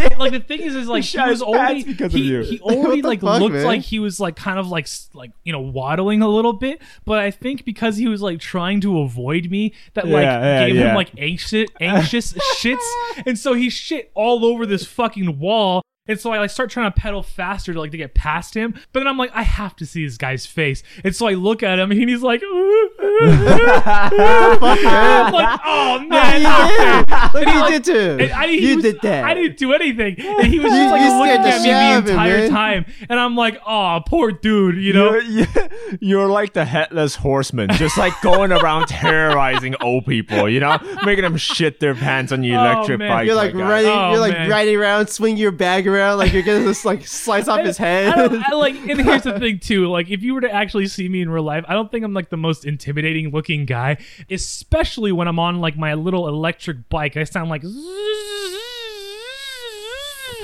Speaker 4: man.
Speaker 3: of
Speaker 2: Well, the thing is, like the thing is, is like he
Speaker 4: shot
Speaker 2: was
Speaker 4: his
Speaker 2: only
Speaker 4: pants because
Speaker 2: he,
Speaker 4: of you.
Speaker 2: he only
Speaker 3: the
Speaker 2: like
Speaker 3: fuck,
Speaker 2: looked
Speaker 3: man?
Speaker 2: like he was like kind of like s- like you know waddling a little bit, but I think because he was like trying to avoid me, that like
Speaker 4: Yeah, yeah,
Speaker 2: gave him
Speaker 4: yeah.
Speaker 2: like anxious anxious shits, and so he shit all over this fucking wall. And so I like start trying to pedal faster to like to get past him, but then I'm like, I have to see this guy's face. And so I look at him, and he's like, I'm like, oh man,
Speaker 3: You did. Look,
Speaker 2: he,
Speaker 3: you
Speaker 2: like-
Speaker 3: did too.
Speaker 2: and I, he
Speaker 3: you
Speaker 2: was-
Speaker 3: did that.
Speaker 2: I didn't do anything. And he was
Speaker 3: You-
Speaker 2: just like
Speaker 3: you
Speaker 2: looking
Speaker 3: scared the
Speaker 2: at
Speaker 3: shit out of
Speaker 2: me the
Speaker 3: him,
Speaker 2: entire
Speaker 3: man.
Speaker 2: time. And I'm like, oh, poor dude, you know?
Speaker 4: You're, you- you're like the headless horseman, just like going around terrorizing old people, you know, making them shit their pants on your
Speaker 2: Oh,
Speaker 4: electric
Speaker 2: man.
Speaker 4: bike.
Speaker 3: You're
Speaker 4: my
Speaker 3: like
Speaker 4: guy.
Speaker 3: riding,
Speaker 2: Oh,
Speaker 3: you're like
Speaker 2: man.
Speaker 3: riding around, swing your bag around, like you're gonna just like slice off his
Speaker 2: I
Speaker 3: head.
Speaker 2: don't, I like, and here's the thing too. Like, if you were to actually see me in real life, I don't think I'm like the most intimidating looking guy, especially when I'm on like my little electric bike. I sound like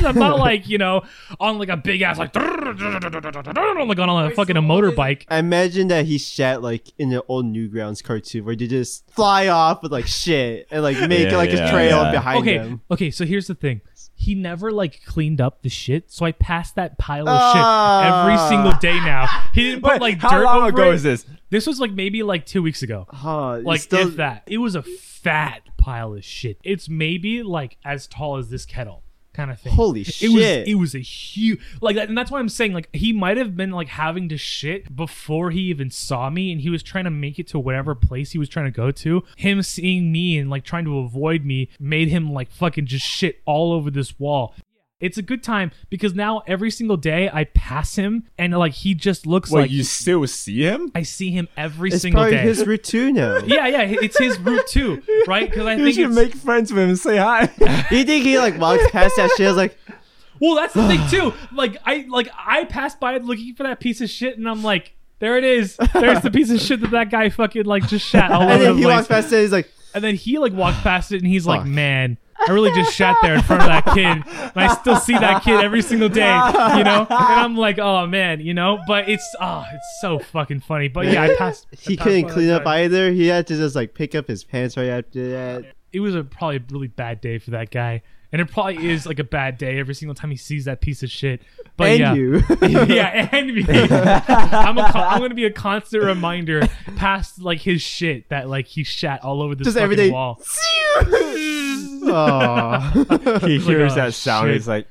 Speaker 2: I'm not like you know on like a big ass like like on a fucking a motorbike.
Speaker 3: I imagine that he shat like in the old Newgrounds cartoon where they just fly off with like shit and like make
Speaker 4: Yeah,
Speaker 3: like
Speaker 4: yeah,
Speaker 3: a trail
Speaker 4: yeah.
Speaker 3: behind
Speaker 2: okay,
Speaker 3: them.
Speaker 2: Okay, so here's the thing. He never like cleaned up the shit, so I passed that pile of shit
Speaker 3: Ah.
Speaker 2: every single day now. He didn't put
Speaker 4: Wait,
Speaker 2: like
Speaker 4: how
Speaker 2: dirt
Speaker 4: long
Speaker 2: over
Speaker 4: ago
Speaker 2: it.
Speaker 4: is this?
Speaker 2: This was like maybe like two weeks ago.
Speaker 3: Huh, you
Speaker 2: Like
Speaker 3: Oh, still-
Speaker 2: if that. It was a fat pile of shit. It's maybe like as tall as this kettle. Kind of thing.
Speaker 3: Holy
Speaker 2: It was
Speaker 3: shit.
Speaker 2: it was a huge like, that- and that's why I'm saying like he might have been like having to shit before he even saw me, and he was trying to make it to whatever place he was trying to go to. Him seeing me and like trying to avoid me made him like fucking just shit all over this wall. It's a good time because now every single day I pass him and like he just looks
Speaker 4: Wait,
Speaker 2: like
Speaker 4: you still see him?
Speaker 2: I see him every
Speaker 3: it's
Speaker 2: single
Speaker 3: probably
Speaker 2: day.
Speaker 3: his routine now.
Speaker 2: Yeah, yeah, it's his route too, right? Because I
Speaker 4: You
Speaker 2: think
Speaker 4: should
Speaker 2: it's,
Speaker 4: make friends with him and say hi.
Speaker 2: Oh
Speaker 3: you think he like walks past that shit? Like
Speaker 2: well, that's the thing too. Like I like I passed by looking for that piece of shit, and I'm like, there it is. There's the piece of shit that that guy fucking like just shat all
Speaker 3: and
Speaker 2: over the
Speaker 3: then he
Speaker 2: place.
Speaker 3: walks past it. He's like,
Speaker 2: and then he like walked past it, and he's like,
Speaker 3: Fuck.
Speaker 2: man. I really just shat there in front of that kid, and I still see that kid every single day, you know. And I'm like, oh man, you know. But it's ah, it's so fucking funny. But yeah, I passed. I
Speaker 3: he
Speaker 2: passed
Speaker 3: couldn't
Speaker 2: by
Speaker 3: clean
Speaker 2: that
Speaker 3: up
Speaker 2: guy.
Speaker 3: either. He had to just like pick up his pants right after that.
Speaker 2: it was a probably a really bad day for that guy. And it probably is like a bad day every single time he sees that piece of shit. But
Speaker 3: and
Speaker 2: yeah.
Speaker 3: you.
Speaker 2: yeah, and me. I'm, a, con- I'm gonna be a constant reminder past like his shit that like he shat all over this
Speaker 3: Just
Speaker 2: fucking
Speaker 3: every day.
Speaker 2: wall.
Speaker 3: Aw.
Speaker 4: he hears
Speaker 2: oh,
Speaker 4: that sound.
Speaker 2: shit.
Speaker 4: He's like,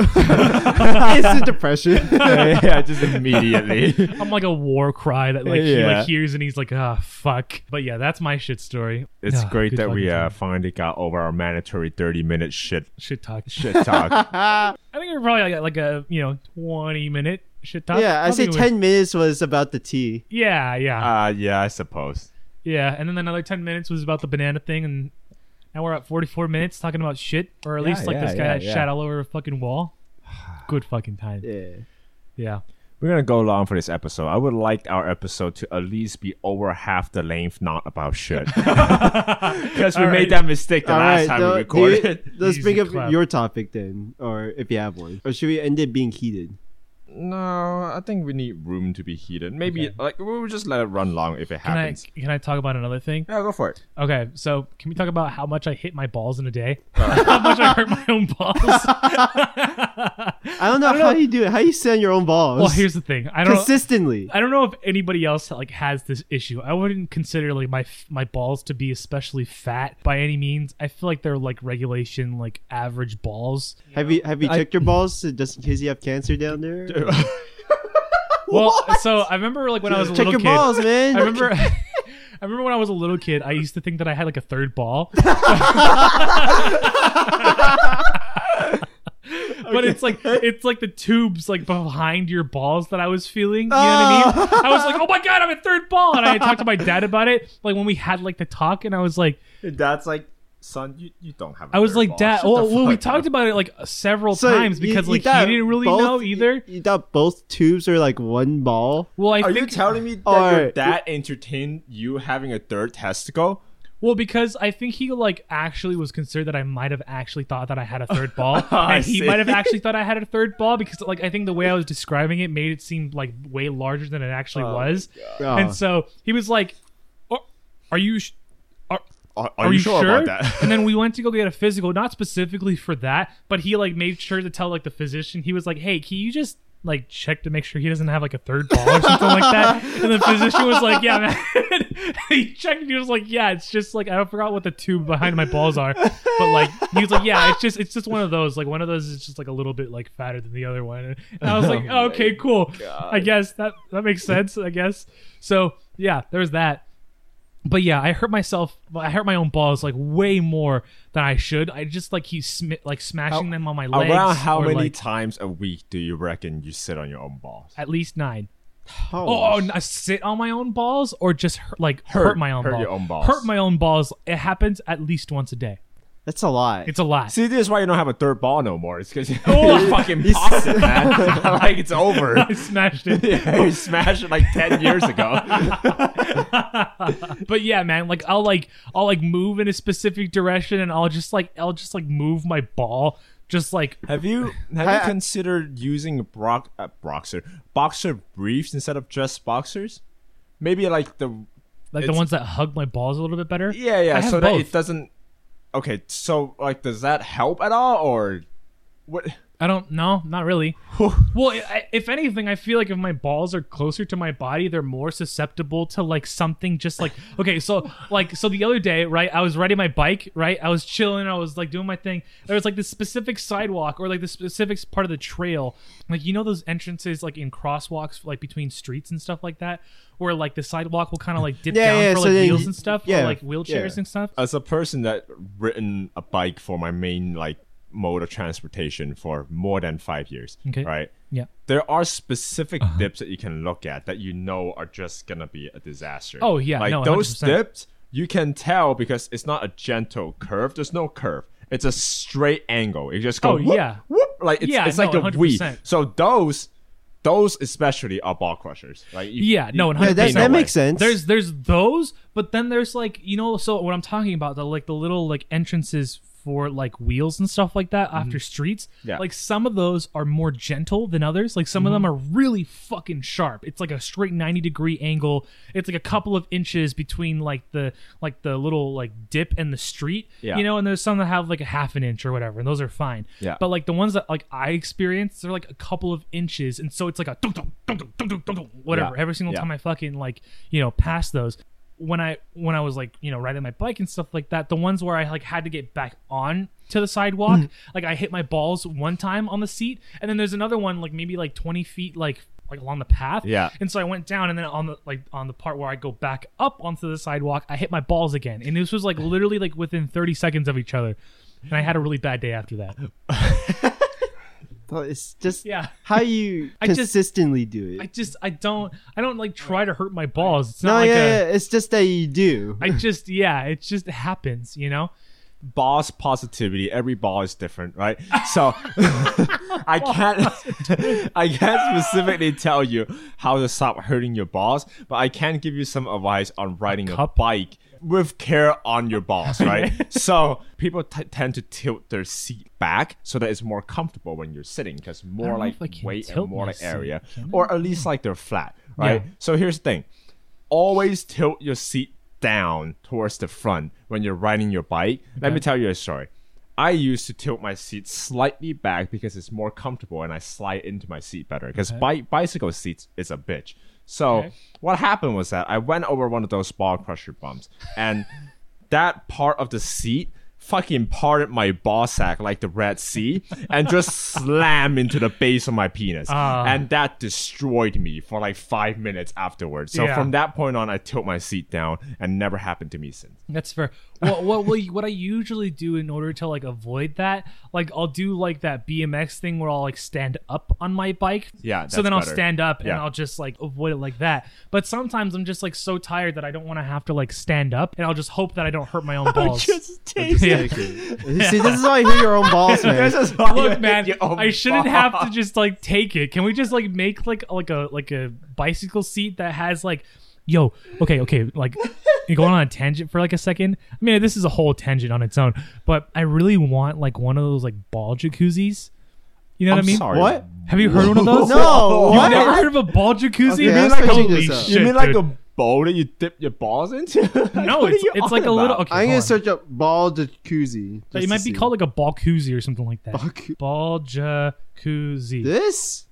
Speaker 3: Instant depression.
Speaker 4: yeah, just immediately.
Speaker 2: I'm like a war cry that like he
Speaker 4: Yeah.
Speaker 2: like hears and he's like ah fuck. But yeah, that's my shit story.
Speaker 4: It's
Speaker 2: Ah,
Speaker 4: great
Speaker 2: good
Speaker 4: that we
Speaker 2: fucking
Speaker 4: uh,
Speaker 2: time.
Speaker 4: finally got over our mandatory 30 minute shit
Speaker 2: shit talk.
Speaker 4: shit talk.
Speaker 2: I think we're probably like, like a you know 20 minute shit talk.
Speaker 3: yeah, I say
Speaker 2: think we-
Speaker 3: ten minutes was about the tea.
Speaker 2: Yeah, yeah.
Speaker 4: uh, yeah, I suppose.
Speaker 2: Yeah, and then another ten minutes was about the banana thing, and now we're at forty-four minutes talking about shit, or at
Speaker 5: Yeah,
Speaker 2: least like
Speaker 5: yeah,
Speaker 2: this guy
Speaker 5: yeah,
Speaker 2: that
Speaker 5: yeah.
Speaker 2: shot all over a fucking wall. Good fucking time. Yeah.
Speaker 3: Yeah.
Speaker 4: We're gonna go long for this episode. I would like our episode to at least be over half the length, not about shit. Because we
Speaker 2: All right.
Speaker 4: made that mistake the
Speaker 3: All right,
Speaker 4: last time
Speaker 3: so do
Speaker 4: we recorded.
Speaker 3: you- let's
Speaker 2: Easy
Speaker 3: bring up
Speaker 2: clap.
Speaker 3: your topic then, or if you have one, or should we end it being heated?
Speaker 4: No, I think we need room to be heated. Maybe like we'll just let it run long if it
Speaker 2: Can I
Speaker 4: happens.
Speaker 2: can I talk about another thing?
Speaker 4: Yeah, go for it.
Speaker 2: Okay, so can we talk about how much I hit my balls in a day? how much I hurt my own balls?
Speaker 3: I don't know how you do it. How you send your own balls?
Speaker 2: well, here's the thing. I don't.
Speaker 3: consistently.
Speaker 2: I don't know if anybody else like has this issue. I wouldn't consider like my my balls to be especially fat by any means. I feel like they're like regulation like average balls.
Speaker 3: have you have you checked your balls to- just in case you have cancer down there?
Speaker 2: Well, uh, so I remember like when I was a
Speaker 3: Check
Speaker 2: little
Speaker 3: your
Speaker 2: kid.
Speaker 3: balls, man.
Speaker 2: I remember I remember when I was a little kid, I used to think that I had like a third ball. But it's like it's like the tubes like behind your balls that I was feeling. You know what I mean? I was like, oh my god, I'm a third ball, and I had talked to my dad about it. Like when we had like the talk, and I was like,
Speaker 4: That's like, son, you, you don't have. I
Speaker 2: I was like, dad. Well, well, we talked about it like several
Speaker 3: So
Speaker 2: times
Speaker 3: you-
Speaker 2: because
Speaker 3: you
Speaker 2: like
Speaker 3: thought
Speaker 2: he didn't really
Speaker 3: both-
Speaker 2: know either.
Speaker 3: You thought both tubes are like one ball?
Speaker 2: Well, I
Speaker 4: Are you
Speaker 2: think
Speaker 4: telling me that your
Speaker 3: Alright.
Speaker 4: dad entertained you having a third testicle?
Speaker 2: Well, because I think he like actually was concerned that I might have actually thought that I had a third ball,
Speaker 4: Ah, I
Speaker 2: and he
Speaker 4: see.
Speaker 2: might have actually thought I had a third ball because like I think the way I was describing it made it seem like way larger than it actually was,
Speaker 3: Oh.
Speaker 2: and so he was like, "Are- "Are you?" Sh- are,
Speaker 4: Are,
Speaker 2: are,
Speaker 4: are you, sure, about that?
Speaker 2: and then we went to go get a physical, not specifically for that, but he like made sure to tell like the physician. He was like, "Hey, can you just like check to make sure he doesn't have like a third ball or something like that?" And the physician was like, "Yeah, man." he checked. And he was like, "Yeah, it's just like I forgot what the tube behind my balls are, but like he was like, yeah, it's just it's just one of those. Like one of those is just like a little bit like fatter than the other one." And I was like, oh, "Okay, cool. I guess that that makes sense. I guess." So yeah, there was that but yeah, I hurt myself. I hurt my own balls like way more than I should. I just like he's sm- like smashing them on my legs.
Speaker 4: Around how
Speaker 2: or,
Speaker 4: many
Speaker 2: like,
Speaker 4: times a week do you reckon you sit on your own balls?
Speaker 2: At least nine.
Speaker 3: Oh,
Speaker 2: Oh, n- I sit on my own balls or just hurt, like hurt,
Speaker 4: Hurt-
Speaker 2: my own,
Speaker 4: hurt
Speaker 2: ball.
Speaker 4: your own balls.
Speaker 2: Hurt my own balls. It happens at least once a day.
Speaker 3: that's a lot.
Speaker 2: It's a lot.
Speaker 4: See, this is why you don't have a third ball no more. It's because you
Speaker 2: Oh.
Speaker 4: fucking popped it, man. like it's over.
Speaker 2: I smashed it.
Speaker 4: you smashed it like ten years ago.
Speaker 2: but yeah, man, like I'll like I'll like move in a specific direction and I'll just like I'll just like move my ball just like
Speaker 4: Have you have
Speaker 3: I-
Speaker 4: you considered using bro- uh, boxer boxer briefs instead of just boxers? Maybe like the
Speaker 2: like the
Speaker 4: It's-
Speaker 2: ones that hug my balls a little bit better.
Speaker 4: yeah yeah
Speaker 2: I have
Speaker 4: so that
Speaker 2: both.
Speaker 4: it doesn't. Okay, so like, does that help at all or what?
Speaker 2: I don't know, not really. well, I- I, if anything, I feel like if my balls are closer to my body, they're more susceptible to like something just like okay, so like so the other day, right, I was riding my bike, right? I was chilling, I was like doing my thing. There was like this specific sidewalk or like the specific part of the trail. Like you know those entrances like in crosswalks like between streets and stuff like that where like the sidewalk will kind of like dip
Speaker 3: Yeah,
Speaker 2: down
Speaker 3: yeah,
Speaker 2: for
Speaker 3: so
Speaker 2: like
Speaker 3: then
Speaker 2: wheels
Speaker 3: you-
Speaker 2: and stuff,
Speaker 3: yeah,
Speaker 2: or like wheelchairs
Speaker 3: yeah. Uh,
Speaker 2: and stuff.
Speaker 4: As a person that ridden a bike for my main like mode of transportation for more than five years,
Speaker 2: Okay.
Speaker 4: right?
Speaker 2: Yeah.
Speaker 4: there are specific
Speaker 2: Uh-huh.
Speaker 4: dips that you can look at that you know are just gonna be a disaster.
Speaker 2: Oh, yeah,
Speaker 4: like
Speaker 2: no,
Speaker 4: those
Speaker 2: 100%.
Speaker 4: dips you can tell because it's not a gentle curve. There's no curve. It's a straight angle. It just goes
Speaker 2: Oh,
Speaker 4: whoop,
Speaker 2: yeah.
Speaker 4: whoop. Like it's,
Speaker 2: Yeah,
Speaker 4: it's
Speaker 2: no,
Speaker 4: like a
Speaker 2: 100%.
Speaker 4: Wii. So those, those especially are ball crushers. Like you,
Speaker 2: Yeah, no,
Speaker 4: you-
Speaker 2: 100%.
Speaker 3: Yeah,
Speaker 4: ain't
Speaker 3: that,
Speaker 4: no
Speaker 3: that
Speaker 4: way.
Speaker 3: makes sense.
Speaker 2: There's there's those, but then there's like you know. So what I'm talking about the like the little like entrances for like wheels and stuff like that after streets.
Speaker 4: Mm-hmm. Yeah.
Speaker 2: Like some of those are more gentle than others. Like some of them are
Speaker 4: Mm-hmm.
Speaker 2: really fucking sharp. It's like a straight 90 degree angle. It's like a couple of inches between like the like the little like dip and the street.
Speaker 4: Yeah.
Speaker 2: You know, and there's some that have like a half an inch or whatever, and those are fine.
Speaker 4: Yeah.
Speaker 2: But like the ones that like I experienced, they're like a couple of inches, and so it's like a dunk, dunk, dunk, dunk, dunk, dunk, dunk, dunk, whatever.
Speaker 4: Yeah.
Speaker 2: Every single
Speaker 4: Yeah.
Speaker 2: time I fucking like you know past those. When I when I was like you know riding my bike and stuff like that, the ones where I like had to get back on to the sidewalk,
Speaker 4: Mm-hmm.
Speaker 2: like I hit my balls one time on the seat, and then there's another one like maybe like 20 feet like like along the path.
Speaker 4: Yeah.
Speaker 2: And so I went down, and then on the like on the part where I go back up onto the sidewalk, I hit my balls again, and this was like literally like within 30 seconds of each other, and I had a really bad day after that.
Speaker 3: Well, It's just
Speaker 2: Yeah.
Speaker 3: how you
Speaker 2: I just-
Speaker 3: consistently do it.
Speaker 2: I just I don't I don't like try to hurt my balls. It's not
Speaker 3: no,
Speaker 2: like
Speaker 3: yeah,
Speaker 2: a
Speaker 3: yeah, it's just that you do.
Speaker 2: I just yeah, it just happens, you know?
Speaker 4: boss positivity. Every ball is different, right? So I can't I can't specifically tell you how to stop hurting your balls, but I can give you some advice on riding a
Speaker 2: Cup?
Speaker 4: bike with care on your balls, right? so people t- tend to tilt their seat back so that it's more comfortable when you're sitting because more
Speaker 2: know
Speaker 4: like
Speaker 2: if I can
Speaker 4: weight and
Speaker 2: tilt
Speaker 4: more
Speaker 2: my
Speaker 4: like
Speaker 2: seat,
Speaker 4: area,
Speaker 2: can I?
Speaker 4: or at least like they're flat, right?
Speaker 2: Yeah.
Speaker 4: So here's the thing always tilt your seat down towards the front when you're riding your bike. Let me tell you a story. I used to tilt my seat slightly back because it's more comfortable and I slide into my seat better because bi- bicycle seats is a bitch. So
Speaker 2: Okay.
Speaker 4: what happened was that I went over one of those ball crusher bumps and that part of the seat fucking parted my ball sack like the Red Sea and just slammed into the base of my penis.
Speaker 2: Ah.
Speaker 4: and that destroyed me for like five minutes afterwards. So
Speaker 2: Yeah.
Speaker 4: from that point on, I tilt my seat down and never happened to me since.
Speaker 2: That's fair. What what will you- what I usually do in order to like avoid that, like I'll do like that BMX thing where I'll like stand up on my bike.
Speaker 4: Yeah,
Speaker 2: So
Speaker 4: that's
Speaker 2: then I'll
Speaker 4: better.
Speaker 2: stand up and
Speaker 4: Yeah.
Speaker 2: I'll just like avoid it like that. But sometimes I'm just like so tired that I don't want to have to like stand up and I'll just hope that I don't hurt my own balls. Yeah.
Speaker 3: See, this is how you hit your own balls, man.
Speaker 2: Look, man,
Speaker 3: oh
Speaker 2: I shouldn't have to just like take it. Can we just like make like like a like a bicycle seat that has like, yo, okay, okay, like you going on a tangent for like a second. I mean, this is a whole tangent on its own, but I really want like one of those like ball jacuzzis. You know
Speaker 4: I'm
Speaker 2: what I mean?
Speaker 4: sorry.
Speaker 3: What?
Speaker 2: Have you heard one of those?
Speaker 3: No,
Speaker 2: You've
Speaker 3: what?
Speaker 2: never heard of a ball jacuzzi?
Speaker 3: Okay, I'm
Speaker 2: like,
Speaker 3: searching
Speaker 2: holy
Speaker 3: this up.
Speaker 2: shit,
Speaker 4: You mean like
Speaker 2: dude.
Speaker 4: a bowl that you dip your balls into?
Speaker 2: no, it's, it's like a little. Okay,
Speaker 3: I'm
Speaker 2: hold
Speaker 3: gonna
Speaker 2: on.
Speaker 3: search up ball jacuzzi.
Speaker 2: So
Speaker 3: just
Speaker 2: it
Speaker 3: to
Speaker 2: might
Speaker 3: see.
Speaker 2: be called like a ball koozie or something like that.
Speaker 3: Ball cu-
Speaker 2: Ball jacuzzi.
Speaker 3: this.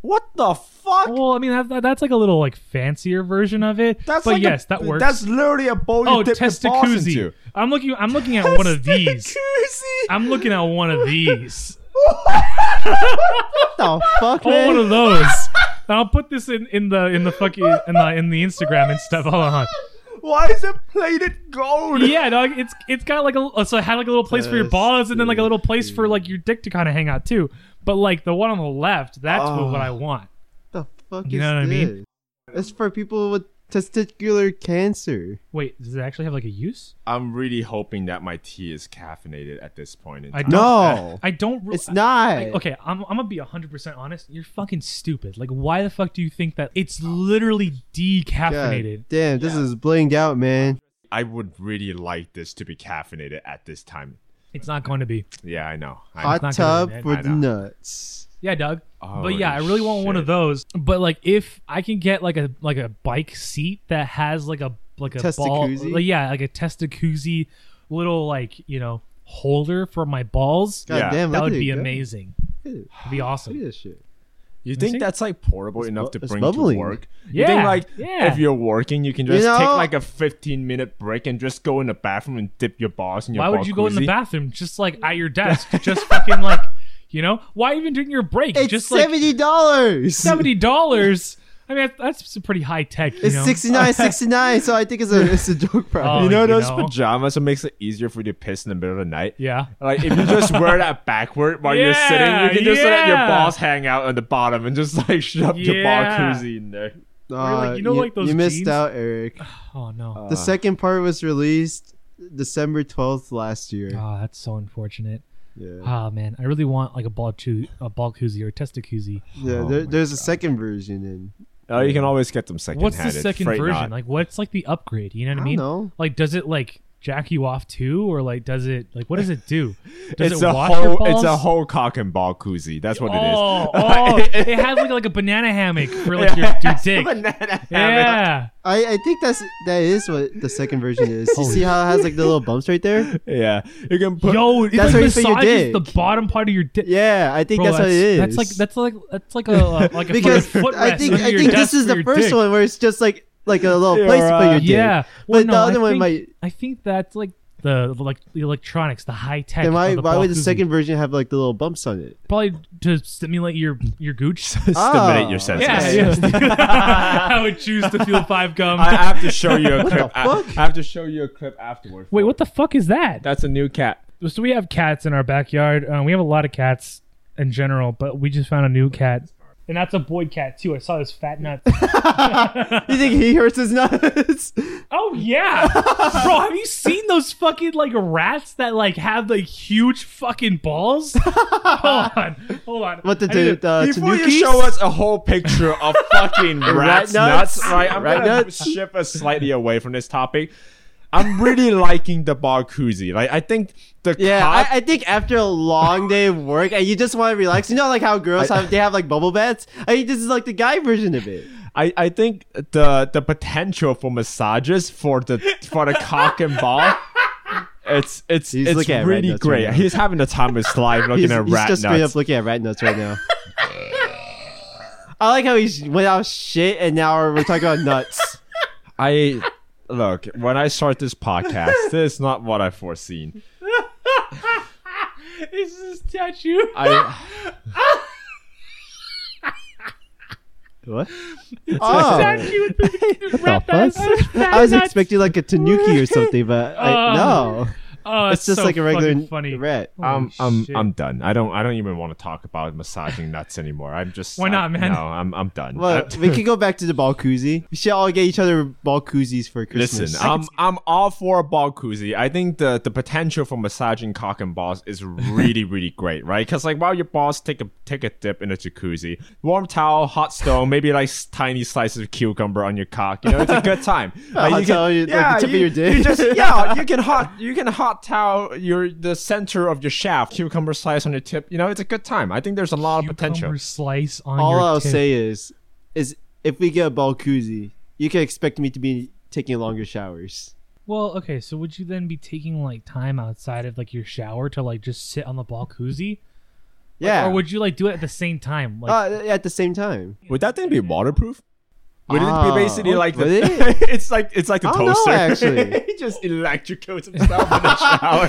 Speaker 4: What the fuck?
Speaker 2: Well, I mean that, that- that's like a little like fancier version of it.
Speaker 4: That's
Speaker 2: but
Speaker 4: like
Speaker 2: yes,
Speaker 4: a,
Speaker 2: that works.
Speaker 4: That's literally a bowl you
Speaker 2: oh,
Speaker 4: dip your balls
Speaker 2: testacuzzi.
Speaker 4: into.
Speaker 2: I'm looking. I'm looking at one of these.
Speaker 4: Testacuzzi.
Speaker 2: I'm looking at one of these.
Speaker 3: What the fuck,
Speaker 2: Oh, one
Speaker 3: man?
Speaker 2: of those. I'll put this in, in the in the fucking in the in the Instagram and stuff. Hold on.
Speaker 4: Why is it plated gold?
Speaker 2: Yeah, dog. It's it's got like a uh, so it had like a little place for your balls and then like a little place for like your dick to kind of hang out too. But like the one on the left, that's what,
Speaker 3: Oh.
Speaker 4: Ah.
Speaker 2: what I want.
Speaker 3: the fuck
Speaker 2: You
Speaker 3: is
Speaker 2: know what I
Speaker 3: this?
Speaker 2: mean?
Speaker 3: It's for people with testicular cancer.
Speaker 2: Wait, does it actually have like a use?
Speaker 4: I'm really hoping that my tea is caffeinated at this point in
Speaker 2: I
Speaker 4: time.
Speaker 2: don't-
Speaker 3: No,
Speaker 2: I don't. re-
Speaker 3: it's not.
Speaker 2: Like, okay, I'm, I'm gonna be 100% honest. You're fucking stupid. Like, why the fuck do you think that it's literally
Speaker 3: God
Speaker 2: decaffeinated?
Speaker 3: damn, this is blinged out, man.
Speaker 4: I would really like this to be caffeinated at this time.
Speaker 2: It's not going to be.
Speaker 4: Yeah, I know. I know.
Speaker 3: Hot
Speaker 2: not gonna
Speaker 3: tub
Speaker 2: be, man.
Speaker 4: I
Speaker 3: with
Speaker 4: know.
Speaker 3: nuts.
Speaker 2: Yeah, Doug. but
Speaker 4: Holy
Speaker 2: yeah, I really want one of
Speaker 4: shit.
Speaker 2: those. But like, if I can get like a like a bike seat that has like a like a ball,
Speaker 3: Testacuzzi?
Speaker 2: like, yeah, like a testacuzzi little like you know holder for my balls,
Speaker 3: God
Speaker 4: Yeah.
Speaker 3: damn,
Speaker 2: that
Speaker 3: look
Speaker 2: would
Speaker 3: at it
Speaker 2: be
Speaker 3: go.
Speaker 2: amazing.
Speaker 3: Look
Speaker 2: It'd be
Speaker 3: at
Speaker 2: awesome.
Speaker 3: this shit.
Speaker 4: You
Speaker 2: see?
Speaker 4: think that's like portable enough to
Speaker 3: bu- it's
Speaker 4: bring
Speaker 3: bubbling.
Speaker 4: to work?
Speaker 2: Yeah,
Speaker 4: You think like
Speaker 2: yeah.
Speaker 4: if you're working, you can
Speaker 3: You
Speaker 4: just take
Speaker 3: know-
Speaker 4: like a 15 minute break and just go in the bathroom and dip your balls in your
Speaker 2: Why would
Speaker 4: ball
Speaker 2: you go in the
Speaker 4: koozie?
Speaker 2: bathroom just like at your desk, just fucking like you know? Why even during your break?
Speaker 3: It's
Speaker 2: just like
Speaker 3: seventy dollars.
Speaker 2: seventy dollars. I mean, that's that's pretty high tech. You
Speaker 3: It's
Speaker 2: know?
Speaker 3: sixty nine, sixty nine. So I think it's a it's a joke
Speaker 2: Oh,
Speaker 4: You
Speaker 3: probably.
Speaker 4: know
Speaker 2: you
Speaker 4: those
Speaker 2: know.
Speaker 4: pajamas that makes it easier for you to piss in the middle of the night?
Speaker 2: Yeah.
Speaker 4: Like if you just wear that backward while you're sitting,
Speaker 2: Yeah,
Speaker 4: you can just let your
Speaker 2: yeah.
Speaker 4: balls hang out on the bottom and just like shove your ball
Speaker 2: Yeah.
Speaker 4: koozie in there.
Speaker 2: like,
Speaker 3: Uh,
Speaker 2: you know, like those
Speaker 3: You missed
Speaker 2: jeans?
Speaker 3: out, Eric.
Speaker 2: Oh no.
Speaker 3: The second part was released December twelfth last year.
Speaker 2: Oh, that's so unfortunate.
Speaker 3: Yeah,
Speaker 2: Oh man, I really want like a ball chu- a ball koozie or a testa koozie.
Speaker 3: yeah.
Speaker 4: Oh
Speaker 3: there,
Speaker 4: my
Speaker 3: there's a second version in.
Speaker 4: Oh, you can always get them second.
Speaker 2: What's the second version? Like, what's like the upgrade? You know what I,
Speaker 3: I
Speaker 2: mean?
Speaker 3: don't know.
Speaker 2: Like, does it like jack you off too, or like does it like what does it do? Does
Speaker 4: it's
Speaker 2: it
Speaker 4: a
Speaker 2: wash your
Speaker 4: whole,
Speaker 2: balls?
Speaker 4: it's a whole cock and ball koozie. That's what
Speaker 2: Oh, oh,
Speaker 4: it is.
Speaker 2: it has like like a banana hammock for like your, your dick.
Speaker 4: Banana hammock.
Speaker 2: Yeah,
Speaker 3: I, I think that's that is what the second version is. You
Speaker 2: Holy
Speaker 3: see how it has like the little bumps right there?
Speaker 4: Yeah, you can put.
Speaker 2: yo, it
Speaker 3: That's
Speaker 2: like
Speaker 3: where you put your
Speaker 2: massages the
Speaker 3: dick.
Speaker 2: bottom part of your dick.
Speaker 3: Yeah, I think
Speaker 2: Bro,
Speaker 3: that's, what it is.
Speaker 2: That's like that's like that's like a uh, like a
Speaker 3: because
Speaker 2: fucking footrest
Speaker 3: I think
Speaker 2: under
Speaker 3: I
Speaker 2: your
Speaker 3: think
Speaker 2: desk
Speaker 3: this is
Speaker 2: for
Speaker 3: the
Speaker 2: your
Speaker 3: first
Speaker 2: dick.
Speaker 3: one where it's just like like a little
Speaker 4: You're
Speaker 3: place to put your
Speaker 4: right.
Speaker 3: dick.
Speaker 2: Yeah,
Speaker 3: But
Speaker 2: Well,
Speaker 3: the
Speaker 2: no,
Speaker 3: other
Speaker 2: I
Speaker 3: one
Speaker 2: think-
Speaker 3: might-
Speaker 2: I think that's like the like the electronics, the high tech.
Speaker 3: Then why
Speaker 2: of the
Speaker 3: why would the
Speaker 2: Bakugan.
Speaker 3: second version have like the little bumps on it?
Speaker 2: probably to stimulate your your gooch?
Speaker 4: stimulate
Speaker 3: Oh.
Speaker 4: your senses.
Speaker 2: yeah, yeah. I would choose to feel five gum.
Speaker 4: I I have to show you a clip.
Speaker 3: the
Speaker 4: I,
Speaker 3: fuck?
Speaker 4: I have to show you a clip afterwards.
Speaker 2: Wait, what the fuck is that?
Speaker 4: That's a new cat.
Speaker 2: So we have cats in our backyard. Uh, we have a lot of cats. in general, but we just found a new cat. And that's a boy cat too. I saw this fat nut.
Speaker 3: you think he hurts his nuts?
Speaker 2: Oh yeah, bro. Have you seen those fucking like rats that like have the huge fucking balls? hold on, hold on.
Speaker 3: what the
Speaker 2: I need
Speaker 3: dude?
Speaker 2: to-
Speaker 3: Uh,
Speaker 4: Before you
Speaker 3: Tanukis?
Speaker 4: show us a whole picture of fucking rat's
Speaker 3: nuts?
Speaker 4: nuts, right? I'm
Speaker 3: Rat
Speaker 4: gonna
Speaker 3: nuts?
Speaker 4: shift us slightly away from this topic. I'm really liking the Barkuzi. Like I think the
Speaker 3: Yeah,
Speaker 4: cod-
Speaker 3: I, I think after a long day of work and you just want to relax, you know, like how girls have they have like bubble beds. I think this is like the guy version of it.
Speaker 4: I, I think the the potential for massages for the for the cock and ball. It's it's
Speaker 3: He's
Speaker 4: it's
Speaker 3: looking at rat
Speaker 4: really
Speaker 3: nuts
Speaker 4: great.
Speaker 3: right now.
Speaker 4: He's having the time of his life looking
Speaker 3: He's,
Speaker 4: at
Speaker 3: he's
Speaker 4: rat
Speaker 3: just straight up
Speaker 4: nuts.
Speaker 3: looking at rat nuts right now. I like how he went out shit and now we're talking about nuts.
Speaker 4: I look when I start this podcast, this is not what I foreseen.
Speaker 2: This is his tattoo.
Speaker 4: I
Speaker 3: What?
Speaker 2: Tattoo with the rat nuts.
Speaker 3: Oh. I was expecting like a tanuki or something, but I, no,
Speaker 2: Oh,
Speaker 3: it's just
Speaker 2: so
Speaker 3: like a regular
Speaker 2: fucking funny.
Speaker 3: rat.
Speaker 4: I'm
Speaker 2: Holy
Speaker 4: I'm
Speaker 2: shit.
Speaker 4: I'm done. I don't I don't even want to talk about massaging nuts anymore. I'm just
Speaker 2: Why not,
Speaker 4: I-
Speaker 2: man?
Speaker 4: No, I'm I'm done.
Speaker 3: Well,
Speaker 4: I-
Speaker 3: we can go back to the ball koozie. We should all get each other ball koozies for Christmas.
Speaker 4: Listen, I'm I'm all for a ball koozie. I think the the potential for massaging cock and balls is really really great, right? Because like while your balls take a take a dip in a jacuzzi, warm towel, hot stone, maybe like s- tiny slices of cucumber on your cock. You know, it's a good time. Like,
Speaker 3: hot towel, you- like, the tip of
Speaker 4: you,
Speaker 3: your dick.
Speaker 4: you just yeah, you can hot you can hot towel your the center of your shaft, cucumber slice on your tip. You know, it's a good time. I think there's a lot of potential.
Speaker 2: Cucumber slice on
Speaker 3: All
Speaker 2: your
Speaker 3: I'll
Speaker 2: tip.
Speaker 3: say is, is if we get a Balkuzi, you can expect me to be taking longer showers.
Speaker 2: Well, okay. So would you then be taking like time outside of like your shower to like just sit on the balcony?
Speaker 3: Yeah,
Speaker 2: Or would you like do it at the same time? Like,
Speaker 3: uh, at the same time.
Speaker 4: Would that thing be waterproof? Would it
Speaker 3: Ah.
Speaker 4: be basically like the,
Speaker 3: Would it?
Speaker 4: it's like it's like the
Speaker 3: I don't know,
Speaker 4: toaster?
Speaker 3: actually.
Speaker 4: he just electrocutes himself in the shower.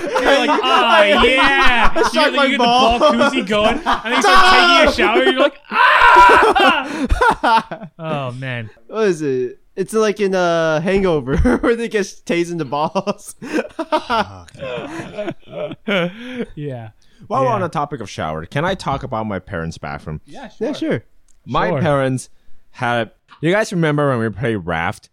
Speaker 2: You're like, ah, yeah. You
Speaker 3: shot
Speaker 2: get,
Speaker 3: my
Speaker 2: you get the
Speaker 3: ball.
Speaker 2: ball koozie going, and then you start taking a shower. You're like, ah! oh man,
Speaker 3: What is it? It's like in a hangover where they get tased in the balls.
Speaker 2: yeah,
Speaker 4: While we're
Speaker 2: Yeah.
Speaker 4: on the topic of shower, can I talk about my parents' bathroom?
Speaker 2: yeah, sure.
Speaker 3: yeah, sure.
Speaker 4: My
Speaker 2: Sure.
Speaker 4: parents had. You guys remember when we played raft?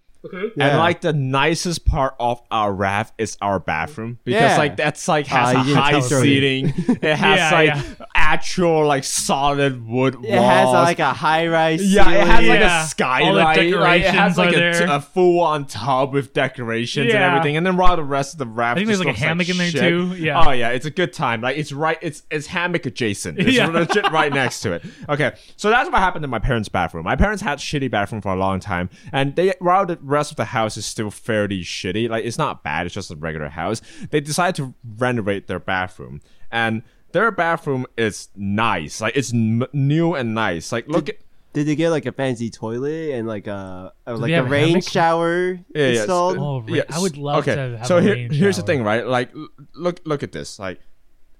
Speaker 3: Yeah.
Speaker 4: And like the nicest part of our raft is our bathroom because
Speaker 3: Yeah.
Speaker 4: like that's like has
Speaker 3: Ah,
Speaker 4: a
Speaker 3: you didn't
Speaker 4: high
Speaker 3: tell us already.
Speaker 4: seating. It has
Speaker 2: Yeah,
Speaker 4: like
Speaker 2: yeah.
Speaker 4: actual like solid wood walls.
Speaker 3: It has uh, like a high rise.
Speaker 4: Yeah, it has like
Speaker 2: Yeah.
Speaker 4: a skylight.
Speaker 2: All the
Speaker 4: like, it
Speaker 2: decorations
Speaker 4: has like
Speaker 2: are
Speaker 4: a,
Speaker 2: there.
Speaker 4: a full on tub with decorations and
Speaker 2: Yeah.
Speaker 4: everything. And then while the rest of the raft,
Speaker 2: I think there's,
Speaker 4: just
Speaker 2: like, a
Speaker 4: looks
Speaker 2: hammock in there,
Speaker 4: shit.
Speaker 2: too. Yeah.
Speaker 4: Oh yeah, it's a good time. Like it's right. It's it's hammock adjacent. It's
Speaker 2: Yeah.
Speaker 4: legit right next to it. Okay, so that's what happened in my parents' bathroom. My parents had shitty bathroom for a long time, and they while the rest of the house is still fairly shitty. Like it's not bad. It's just a regular house. They decided to renovate their bathroom and. Their bathroom is nice, like it's m- new and nice. Like look, at,
Speaker 3: Did they get like a fancy toilet and like a, a like
Speaker 2: they
Speaker 3: a
Speaker 2: have a
Speaker 3: rain
Speaker 2: hammock?
Speaker 3: shower
Speaker 4: yeah, yeah.
Speaker 3: installed?
Speaker 2: Oh, ra- I would love to have
Speaker 4: so
Speaker 2: a
Speaker 4: here,
Speaker 2: rain
Speaker 4: here's the
Speaker 2: shower.
Speaker 4: thing, right? Like, l- look, look at this. Like,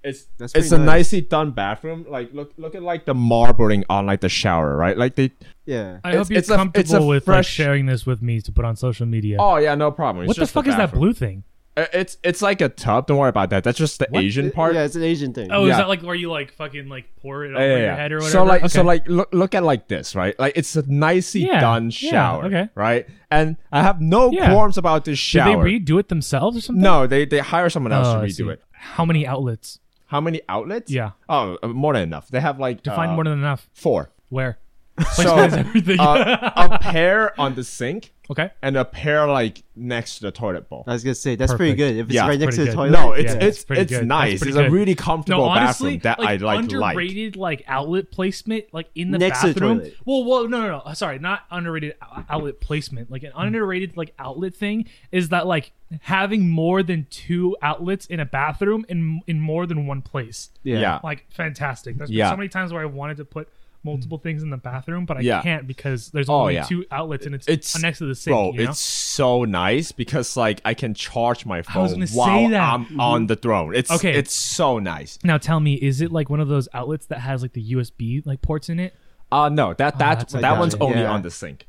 Speaker 4: it's
Speaker 3: That's
Speaker 4: it's a
Speaker 3: pretty nice.
Speaker 4: nicely done bathroom. Like, look, look at like the marbling on like the shower, right? Like they.
Speaker 3: Yeah.
Speaker 2: I
Speaker 4: It's-
Speaker 2: hope you're
Speaker 4: it's a-
Speaker 2: comfortable
Speaker 4: it's a
Speaker 2: with like
Speaker 4: fresh-
Speaker 2: sharing this with me to put on social media.
Speaker 4: Oh yeah, no problem. It's
Speaker 2: what the
Speaker 4: just
Speaker 2: fuck is that
Speaker 4: bathroom.
Speaker 2: blue thing?
Speaker 4: Uh, It's it's like a tub. Don't worry about that. That's just the Asian part.
Speaker 3: Yeah, it's an Asian thing.
Speaker 2: Oh, is
Speaker 4: Yeah.
Speaker 2: that like where you like fucking like pour it
Speaker 4: Yeah,
Speaker 2: over
Speaker 4: yeah,
Speaker 2: your
Speaker 4: yeah.
Speaker 2: head or whatever?
Speaker 4: So like, so
Speaker 2: Okay.
Speaker 4: like, look, look at like this, right? Like, it's a nicely
Speaker 2: Yeah,
Speaker 4: done
Speaker 2: yeah,
Speaker 4: shower,
Speaker 2: okay.
Speaker 4: right? And I have no
Speaker 2: Yeah.
Speaker 4: qualms about this
Speaker 2: did they
Speaker 4: shower.
Speaker 2: redo it themselves or something?
Speaker 4: no, they they hire someone else
Speaker 2: Oh,
Speaker 4: to
Speaker 2: I
Speaker 4: redo
Speaker 2: see.
Speaker 4: it.
Speaker 2: How many outlets?
Speaker 4: How many outlets?
Speaker 2: Yeah.
Speaker 4: Oh, uh, more than enough. They have like
Speaker 2: Define
Speaker 4: uh,
Speaker 2: more than enough.
Speaker 4: four.
Speaker 2: Where?
Speaker 4: So
Speaker 2: Placement is everything.
Speaker 4: uh, a pair on the sink
Speaker 2: okay.
Speaker 4: and a pair like next to the toilet bowl.
Speaker 3: I was gonna say that's pretty good.
Speaker 2: Perfect.
Speaker 3: If it's
Speaker 4: Yeah,
Speaker 3: right next to
Speaker 2: pretty
Speaker 3: the
Speaker 2: good.
Speaker 3: toilet.
Speaker 4: No, it's
Speaker 2: Yeah, that's
Speaker 4: it's
Speaker 2: pretty
Speaker 4: it's
Speaker 2: good. That's
Speaker 4: nice.
Speaker 2: pretty
Speaker 4: It's a
Speaker 2: good. No,
Speaker 4: really comfortable
Speaker 2: honestly,
Speaker 4: bathroom that
Speaker 2: like,
Speaker 4: I like like.
Speaker 2: underrated like outlet placement, like in the
Speaker 3: Next to the
Speaker 2: bathroom.
Speaker 3: toilet.
Speaker 2: well, well, no, no, no. Sorry, not underrated ou- outlet placement. Like an
Speaker 4: Hmm.
Speaker 2: underrated like outlet thing is that like having more than two outlets in a bathroom in in more than one place.
Speaker 4: Yeah.
Speaker 2: Like fantastic. There's
Speaker 4: Yeah.
Speaker 2: been so many times where I wanted to put multiple things in the bathroom, but I
Speaker 4: Yeah.
Speaker 2: can't because there's
Speaker 4: Oh,
Speaker 2: only
Speaker 4: yeah.
Speaker 2: two outlets and it's, uh,
Speaker 4: It's
Speaker 2: next to the sink.
Speaker 4: Bro,
Speaker 2: you know?
Speaker 4: it's so nice because like I can charge my
Speaker 2: was
Speaker 4: phone
Speaker 2: gonna say
Speaker 4: while
Speaker 2: that.
Speaker 4: I'm on the throne. It's
Speaker 2: Okay.
Speaker 4: it's so nice.
Speaker 2: Now tell me, is it like one of those outlets that has like the USB like ports in it?
Speaker 4: Uh no, that that
Speaker 2: Oh, that's
Speaker 4: that
Speaker 2: like
Speaker 4: one's
Speaker 3: that.
Speaker 4: only
Speaker 3: Yeah.
Speaker 4: on the sink.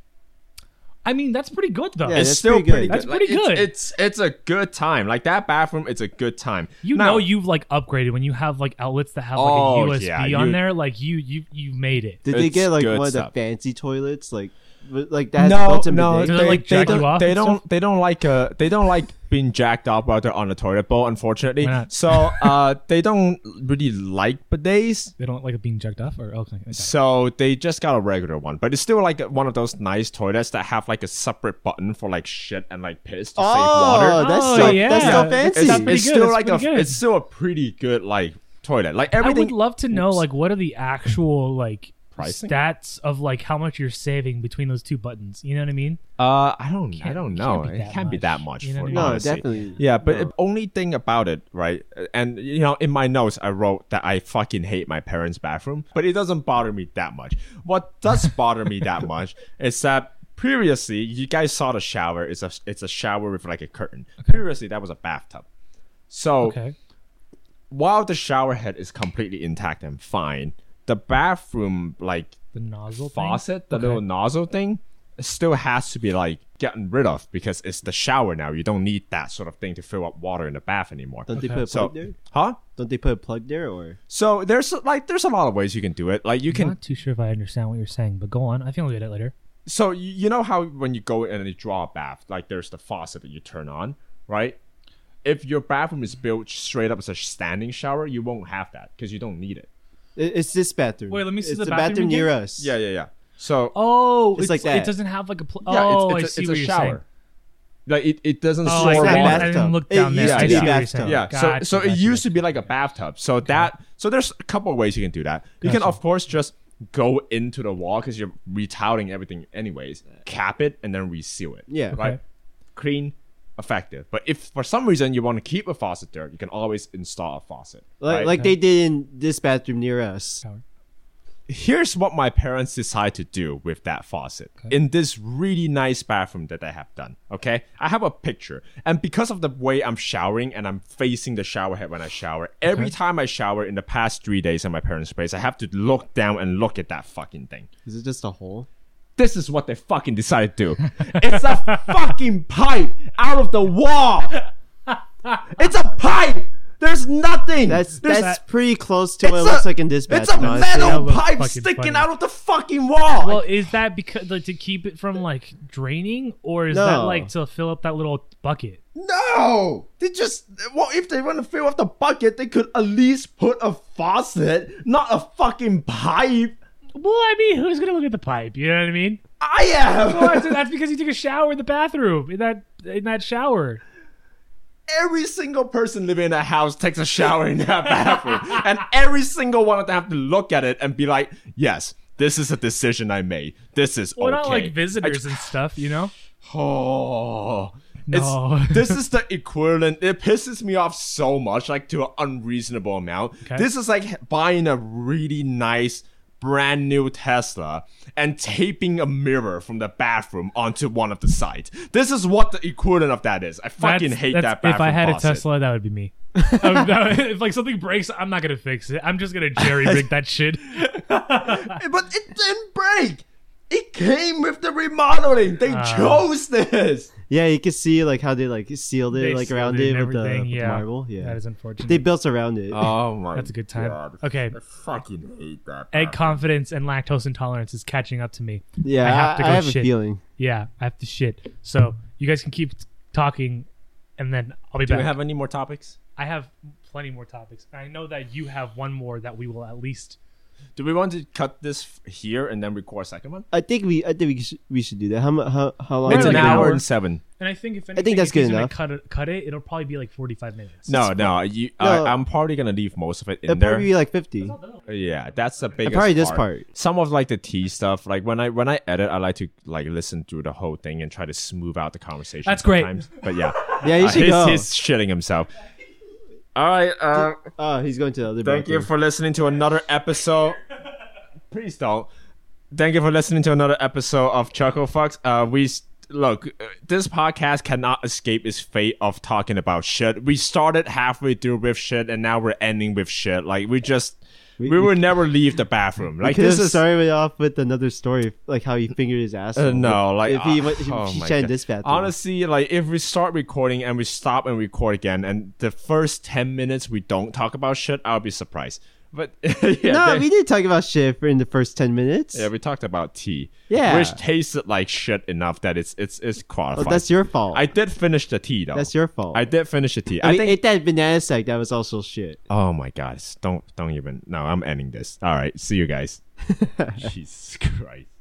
Speaker 2: I mean, that's pretty good though.
Speaker 3: Yeah,
Speaker 4: it's
Speaker 3: that's
Speaker 4: still
Speaker 3: pretty good.
Speaker 4: pretty good.
Speaker 2: That's
Speaker 4: Like,
Speaker 2: pretty
Speaker 4: it's-
Speaker 2: good.
Speaker 4: It's, it's a good time. Like that bathroom, it's a good time.
Speaker 2: You
Speaker 4: Now-
Speaker 2: know you've like upgraded when you have like outlets that have like
Speaker 4: Oh,
Speaker 2: a USB
Speaker 4: yeah,
Speaker 2: on
Speaker 4: you-
Speaker 2: there. Like you you you made it.
Speaker 3: Did they
Speaker 4: It's
Speaker 3: get like
Speaker 4: good
Speaker 3: one of
Speaker 4: stuff.
Speaker 3: the fancy toilets? Like, w- like that?
Speaker 4: no,
Speaker 3: ultimate
Speaker 4: no,
Speaker 3: day?
Speaker 2: Do they, like, jack
Speaker 4: don't,
Speaker 2: you off
Speaker 4: they
Speaker 2: and
Speaker 4: don't.
Speaker 2: stuff?
Speaker 4: They don't like. Uh, they don't like being jacked up while they're on the toilet bowl. Unfortunately,
Speaker 2: Why not?
Speaker 4: so uh, they don't really like bidets.
Speaker 2: They don't like it being jacked off or oh, okay, okay.
Speaker 4: So they just got a regular one, but it's still like one of those nice toilets that have like a separate button for like shit and like piss to save
Speaker 3: Oh,
Speaker 4: water.
Speaker 3: that's
Speaker 2: Oh,
Speaker 3: so
Speaker 2: yeah.
Speaker 3: that's so
Speaker 2: That's
Speaker 3: fancy.
Speaker 4: It's,
Speaker 2: That's pretty
Speaker 4: it's
Speaker 2: good,
Speaker 4: still
Speaker 2: that's
Speaker 4: like a.
Speaker 2: pretty good.
Speaker 4: It's still a pretty good like toilet. Like
Speaker 2: I
Speaker 4: everything.
Speaker 2: would love to know
Speaker 4: Oops.
Speaker 2: like what are the actual like
Speaker 4: Pricing?
Speaker 2: stats of like how much you're saving between those two buttons. You know what I mean?
Speaker 4: Uh, I don't. I
Speaker 2: Can't- can't
Speaker 4: don't know.
Speaker 2: be
Speaker 4: it
Speaker 2: that
Speaker 4: can't be
Speaker 2: much.
Speaker 4: that much.
Speaker 2: You know
Speaker 4: for
Speaker 2: what I mean?
Speaker 3: no,
Speaker 4: honestly.
Speaker 3: definitely.
Speaker 4: Yeah, but the only thing about it, right? And you know, in my notes, I wrote that I fucking hate my parents' bathroom, but it doesn't bother me that much. What does bother me that much is that previously you guys saw the shower. It's a it's a shower with like a curtain. Previously, that was a bathtub. So
Speaker 2: Okay.
Speaker 4: while the shower head is completely intact and fine, the bathroom like
Speaker 2: The nozzle thing?
Speaker 4: faucet, the
Speaker 2: Okay.
Speaker 4: little nozzle thing, still has to be like gotten rid of because it's the shower now. You don't need that sort of thing to fill up water in the bath anymore.
Speaker 3: Don't they
Speaker 2: Okay.
Speaker 3: put a plug
Speaker 4: So,
Speaker 3: there?
Speaker 4: huh?
Speaker 3: Don't they put a plug there or?
Speaker 4: So there's like there's a lot of ways you can do it. Like you
Speaker 2: I'm
Speaker 4: can
Speaker 2: not too sure if I understand what you're saying, but go on. I think I'll get it later.
Speaker 4: so you, you know how when you go in and you draw a bath, like there's the faucet that you turn on, right? If your bathroom is built straight up as a standing shower, you won't have that because you don't need it.
Speaker 3: It- It's this bathroom.
Speaker 2: Wait, let me see
Speaker 3: it's
Speaker 2: the
Speaker 3: bathroom,
Speaker 2: bathroom
Speaker 3: near
Speaker 2: again?
Speaker 3: us.
Speaker 4: Yeah, yeah, yeah. So
Speaker 2: Oh,
Speaker 3: It's
Speaker 2: it's,
Speaker 3: like that.
Speaker 2: It doesn't have like a pl-
Speaker 4: yeah,
Speaker 2: oh,
Speaker 4: it's, it's,
Speaker 2: I see
Speaker 4: it's
Speaker 2: what
Speaker 4: a
Speaker 2: you're
Speaker 4: shower.
Speaker 2: saying.
Speaker 4: Like it, it doesn't
Speaker 2: Oh,
Speaker 4: store
Speaker 2: I,
Speaker 3: like that
Speaker 4: water.
Speaker 2: didn't, I
Speaker 3: bathtub.
Speaker 2: didn't look
Speaker 3: It
Speaker 2: down there.
Speaker 3: used
Speaker 2: I
Speaker 4: to
Speaker 2: see
Speaker 4: be
Speaker 2: what you're
Speaker 3: bathtub.
Speaker 2: saying.
Speaker 4: Yeah, so
Speaker 2: Gotcha,
Speaker 4: so it
Speaker 2: gotcha,
Speaker 4: used to
Speaker 2: gotcha.
Speaker 4: be like a bathtub. So that so there's a couple of ways you can do that. You can
Speaker 2: Gotcha.
Speaker 4: of course just go into the wall because you're retiling everything anyways, cap it and then reseal it.
Speaker 3: Yeah.
Speaker 4: right.
Speaker 2: Okay.
Speaker 4: Clean, effective. But if for some reason you want to keep a faucet there, you can always install a faucet.
Speaker 3: Like,
Speaker 4: right?
Speaker 3: like they did in this bathroom near us.
Speaker 2: Shower.
Speaker 4: here's what my parents decide to do with that faucet in this really nice bathroom that they have done. Okay, I have a picture, and because of the way I'm showering and I'm facing the shower head when I shower, every time I shower in the past three days in my parents' place, I have to look down and look at that fucking thing.
Speaker 3: Is it just a hole?
Speaker 4: This is what they fucking decided to do. It's a fucking pipe out of the wall. It's a pipe. There's nothing.
Speaker 3: That's
Speaker 4: There's
Speaker 3: that's pretty close to what it
Speaker 4: It's a-
Speaker 3: looks like in this
Speaker 4: it's a
Speaker 3: bathroom. honestly.
Speaker 2: That
Speaker 4: metal
Speaker 2: looks
Speaker 4: pipe
Speaker 2: fucking
Speaker 4: sticking
Speaker 2: funny.
Speaker 4: out of the fucking wall.
Speaker 2: Well, is that because like to keep it from like draining, or is that
Speaker 3: No.
Speaker 2: like to fill up that little bucket?
Speaker 4: No, they just well, if they want to fill up the bucket, they could at least put a faucet, not a fucking pipe.
Speaker 2: Well, I mean, who's gonna look at the pipe? You know what I mean?
Speaker 4: I
Speaker 2: Well,
Speaker 4: am
Speaker 2: that's, that's because you took a shower in the bathroom in that in that shower.
Speaker 4: every single person living in a house takes a shower in that bathroom, and every single one of them have to look at it and be like, "Yes, this is a decision I made. This is
Speaker 2: Well,
Speaker 4: okay."
Speaker 2: not
Speaker 4: I-
Speaker 2: like visitors and stuff, you know.
Speaker 4: Oh,
Speaker 2: No.
Speaker 4: it's, this is the equivalent. It pisses me off so much, like to an unreasonable amount.
Speaker 2: Okay.
Speaker 4: This is like buying a really nice, brand new Tesla and taping a mirror from the bathroom onto one of the sides. This is what the equivalent of that is. I fucking
Speaker 2: That's-
Speaker 4: hate
Speaker 2: that's-
Speaker 4: that bathroom.
Speaker 2: If I had
Speaker 4: faucet.
Speaker 2: a Tesla, that would be me. Um, no, if like something breaks, I'm not gonna fix it. I'm just gonna jerry rig that shit.
Speaker 4: Eh, but it didn't break. It came with the remodeling. They
Speaker 2: Ah.
Speaker 4: chose this.
Speaker 3: Yeah, you can see like how they like sealed it
Speaker 2: They
Speaker 3: like
Speaker 2: sealed
Speaker 3: around
Speaker 2: it
Speaker 3: it,
Speaker 2: and
Speaker 3: with, the,
Speaker 2: everything,
Speaker 3: with the
Speaker 2: yeah.
Speaker 3: marble. Yeah,
Speaker 2: That is unfortunate.
Speaker 3: they built around it.
Speaker 4: Oh my!
Speaker 2: That's a good time.
Speaker 4: God.
Speaker 2: Okay.
Speaker 4: I fucking hate that.
Speaker 3: Ah.
Speaker 2: Egg confidence and lactose intolerance is catching up to me.
Speaker 3: yeah,
Speaker 2: I have to
Speaker 3: I,
Speaker 2: go
Speaker 3: have a
Speaker 2: shit.
Speaker 3: feeling.
Speaker 2: Yeah, I have to shit. So you guys can keep talking, and then I'll be
Speaker 4: Do
Speaker 2: back.
Speaker 4: we have any more topics?
Speaker 2: I have plenty more topics. I know that you have one more that we will at least.
Speaker 4: Do we want to cut this f- here and then record a second one?
Speaker 3: I think we I think we should, we should do that. How mu- how how long?
Speaker 2: It's
Speaker 3: is it
Speaker 2: an
Speaker 3: gonna
Speaker 2: hour.
Speaker 3: work?
Speaker 4: seven.
Speaker 2: And I think if anything,
Speaker 3: that's
Speaker 2: if
Speaker 3: good
Speaker 2: he's gonna
Speaker 3: enough.
Speaker 2: Cut it, cut it. It'll probably be like forty-five minutes.
Speaker 4: No, no, you,
Speaker 3: No.
Speaker 4: I, I'm probably gonna leave most of it in
Speaker 3: It'd
Speaker 4: there.
Speaker 3: probably be like fifty.
Speaker 4: yeah, that's the biggest.
Speaker 3: probably this part.
Speaker 4: Some of like the tea stuff. Like when I when I edit, I like to like listen through the whole thing and try to smooth out the conversation.
Speaker 2: That's great.
Speaker 4: sometimes. But yeah,
Speaker 3: Yeah, you
Speaker 4: Uh,
Speaker 3: should
Speaker 4: he's,
Speaker 3: go.
Speaker 4: he's shitting himself. All right. Uh,
Speaker 3: oh, he's going to the other.
Speaker 4: Thank you
Speaker 3: bathroom.
Speaker 4: for listening to another episode. Please don't. Thank you for listening to another episode of Chuckle Fucks. Uh, we s- look, uh, this podcast cannot escape its fate of talking about shit. We started halfway through with shit, and now we're ending with shit. Like we just, we,
Speaker 3: we-
Speaker 4: will never leave the bathroom. Like
Speaker 3: Could
Speaker 4: this
Speaker 3: have
Speaker 4: is
Speaker 3: started it off with another story, like how he fingered his ass.
Speaker 4: Uh, no, like
Speaker 3: if he,
Speaker 4: uh,
Speaker 3: went, if
Speaker 4: oh
Speaker 3: he
Speaker 4: my
Speaker 3: tried
Speaker 4: God.
Speaker 3: this bathroom.
Speaker 4: Honestly, like if we start recording and we stop and record again, and the first ten minutes we don't talk about shit, I'll be surprised. But yeah,
Speaker 3: no,
Speaker 4: they-
Speaker 3: we did talk about shit for in the first ten minutes.
Speaker 4: yeah, we talked about tea,
Speaker 3: Yeah.
Speaker 4: which tasted like shit enough that it's it's it's
Speaker 3: Oh,
Speaker 4: qualified.
Speaker 3: that's your fault.
Speaker 4: I did finish the tea though.
Speaker 3: that's your fault.
Speaker 4: I did finish the tea.
Speaker 3: And
Speaker 4: I
Speaker 3: we
Speaker 4: think.
Speaker 3: ate that banana sack. That was also shit.
Speaker 4: oh my god! Don't don't even. No, I'm ending this. All right, see you guys. Jesus Christ.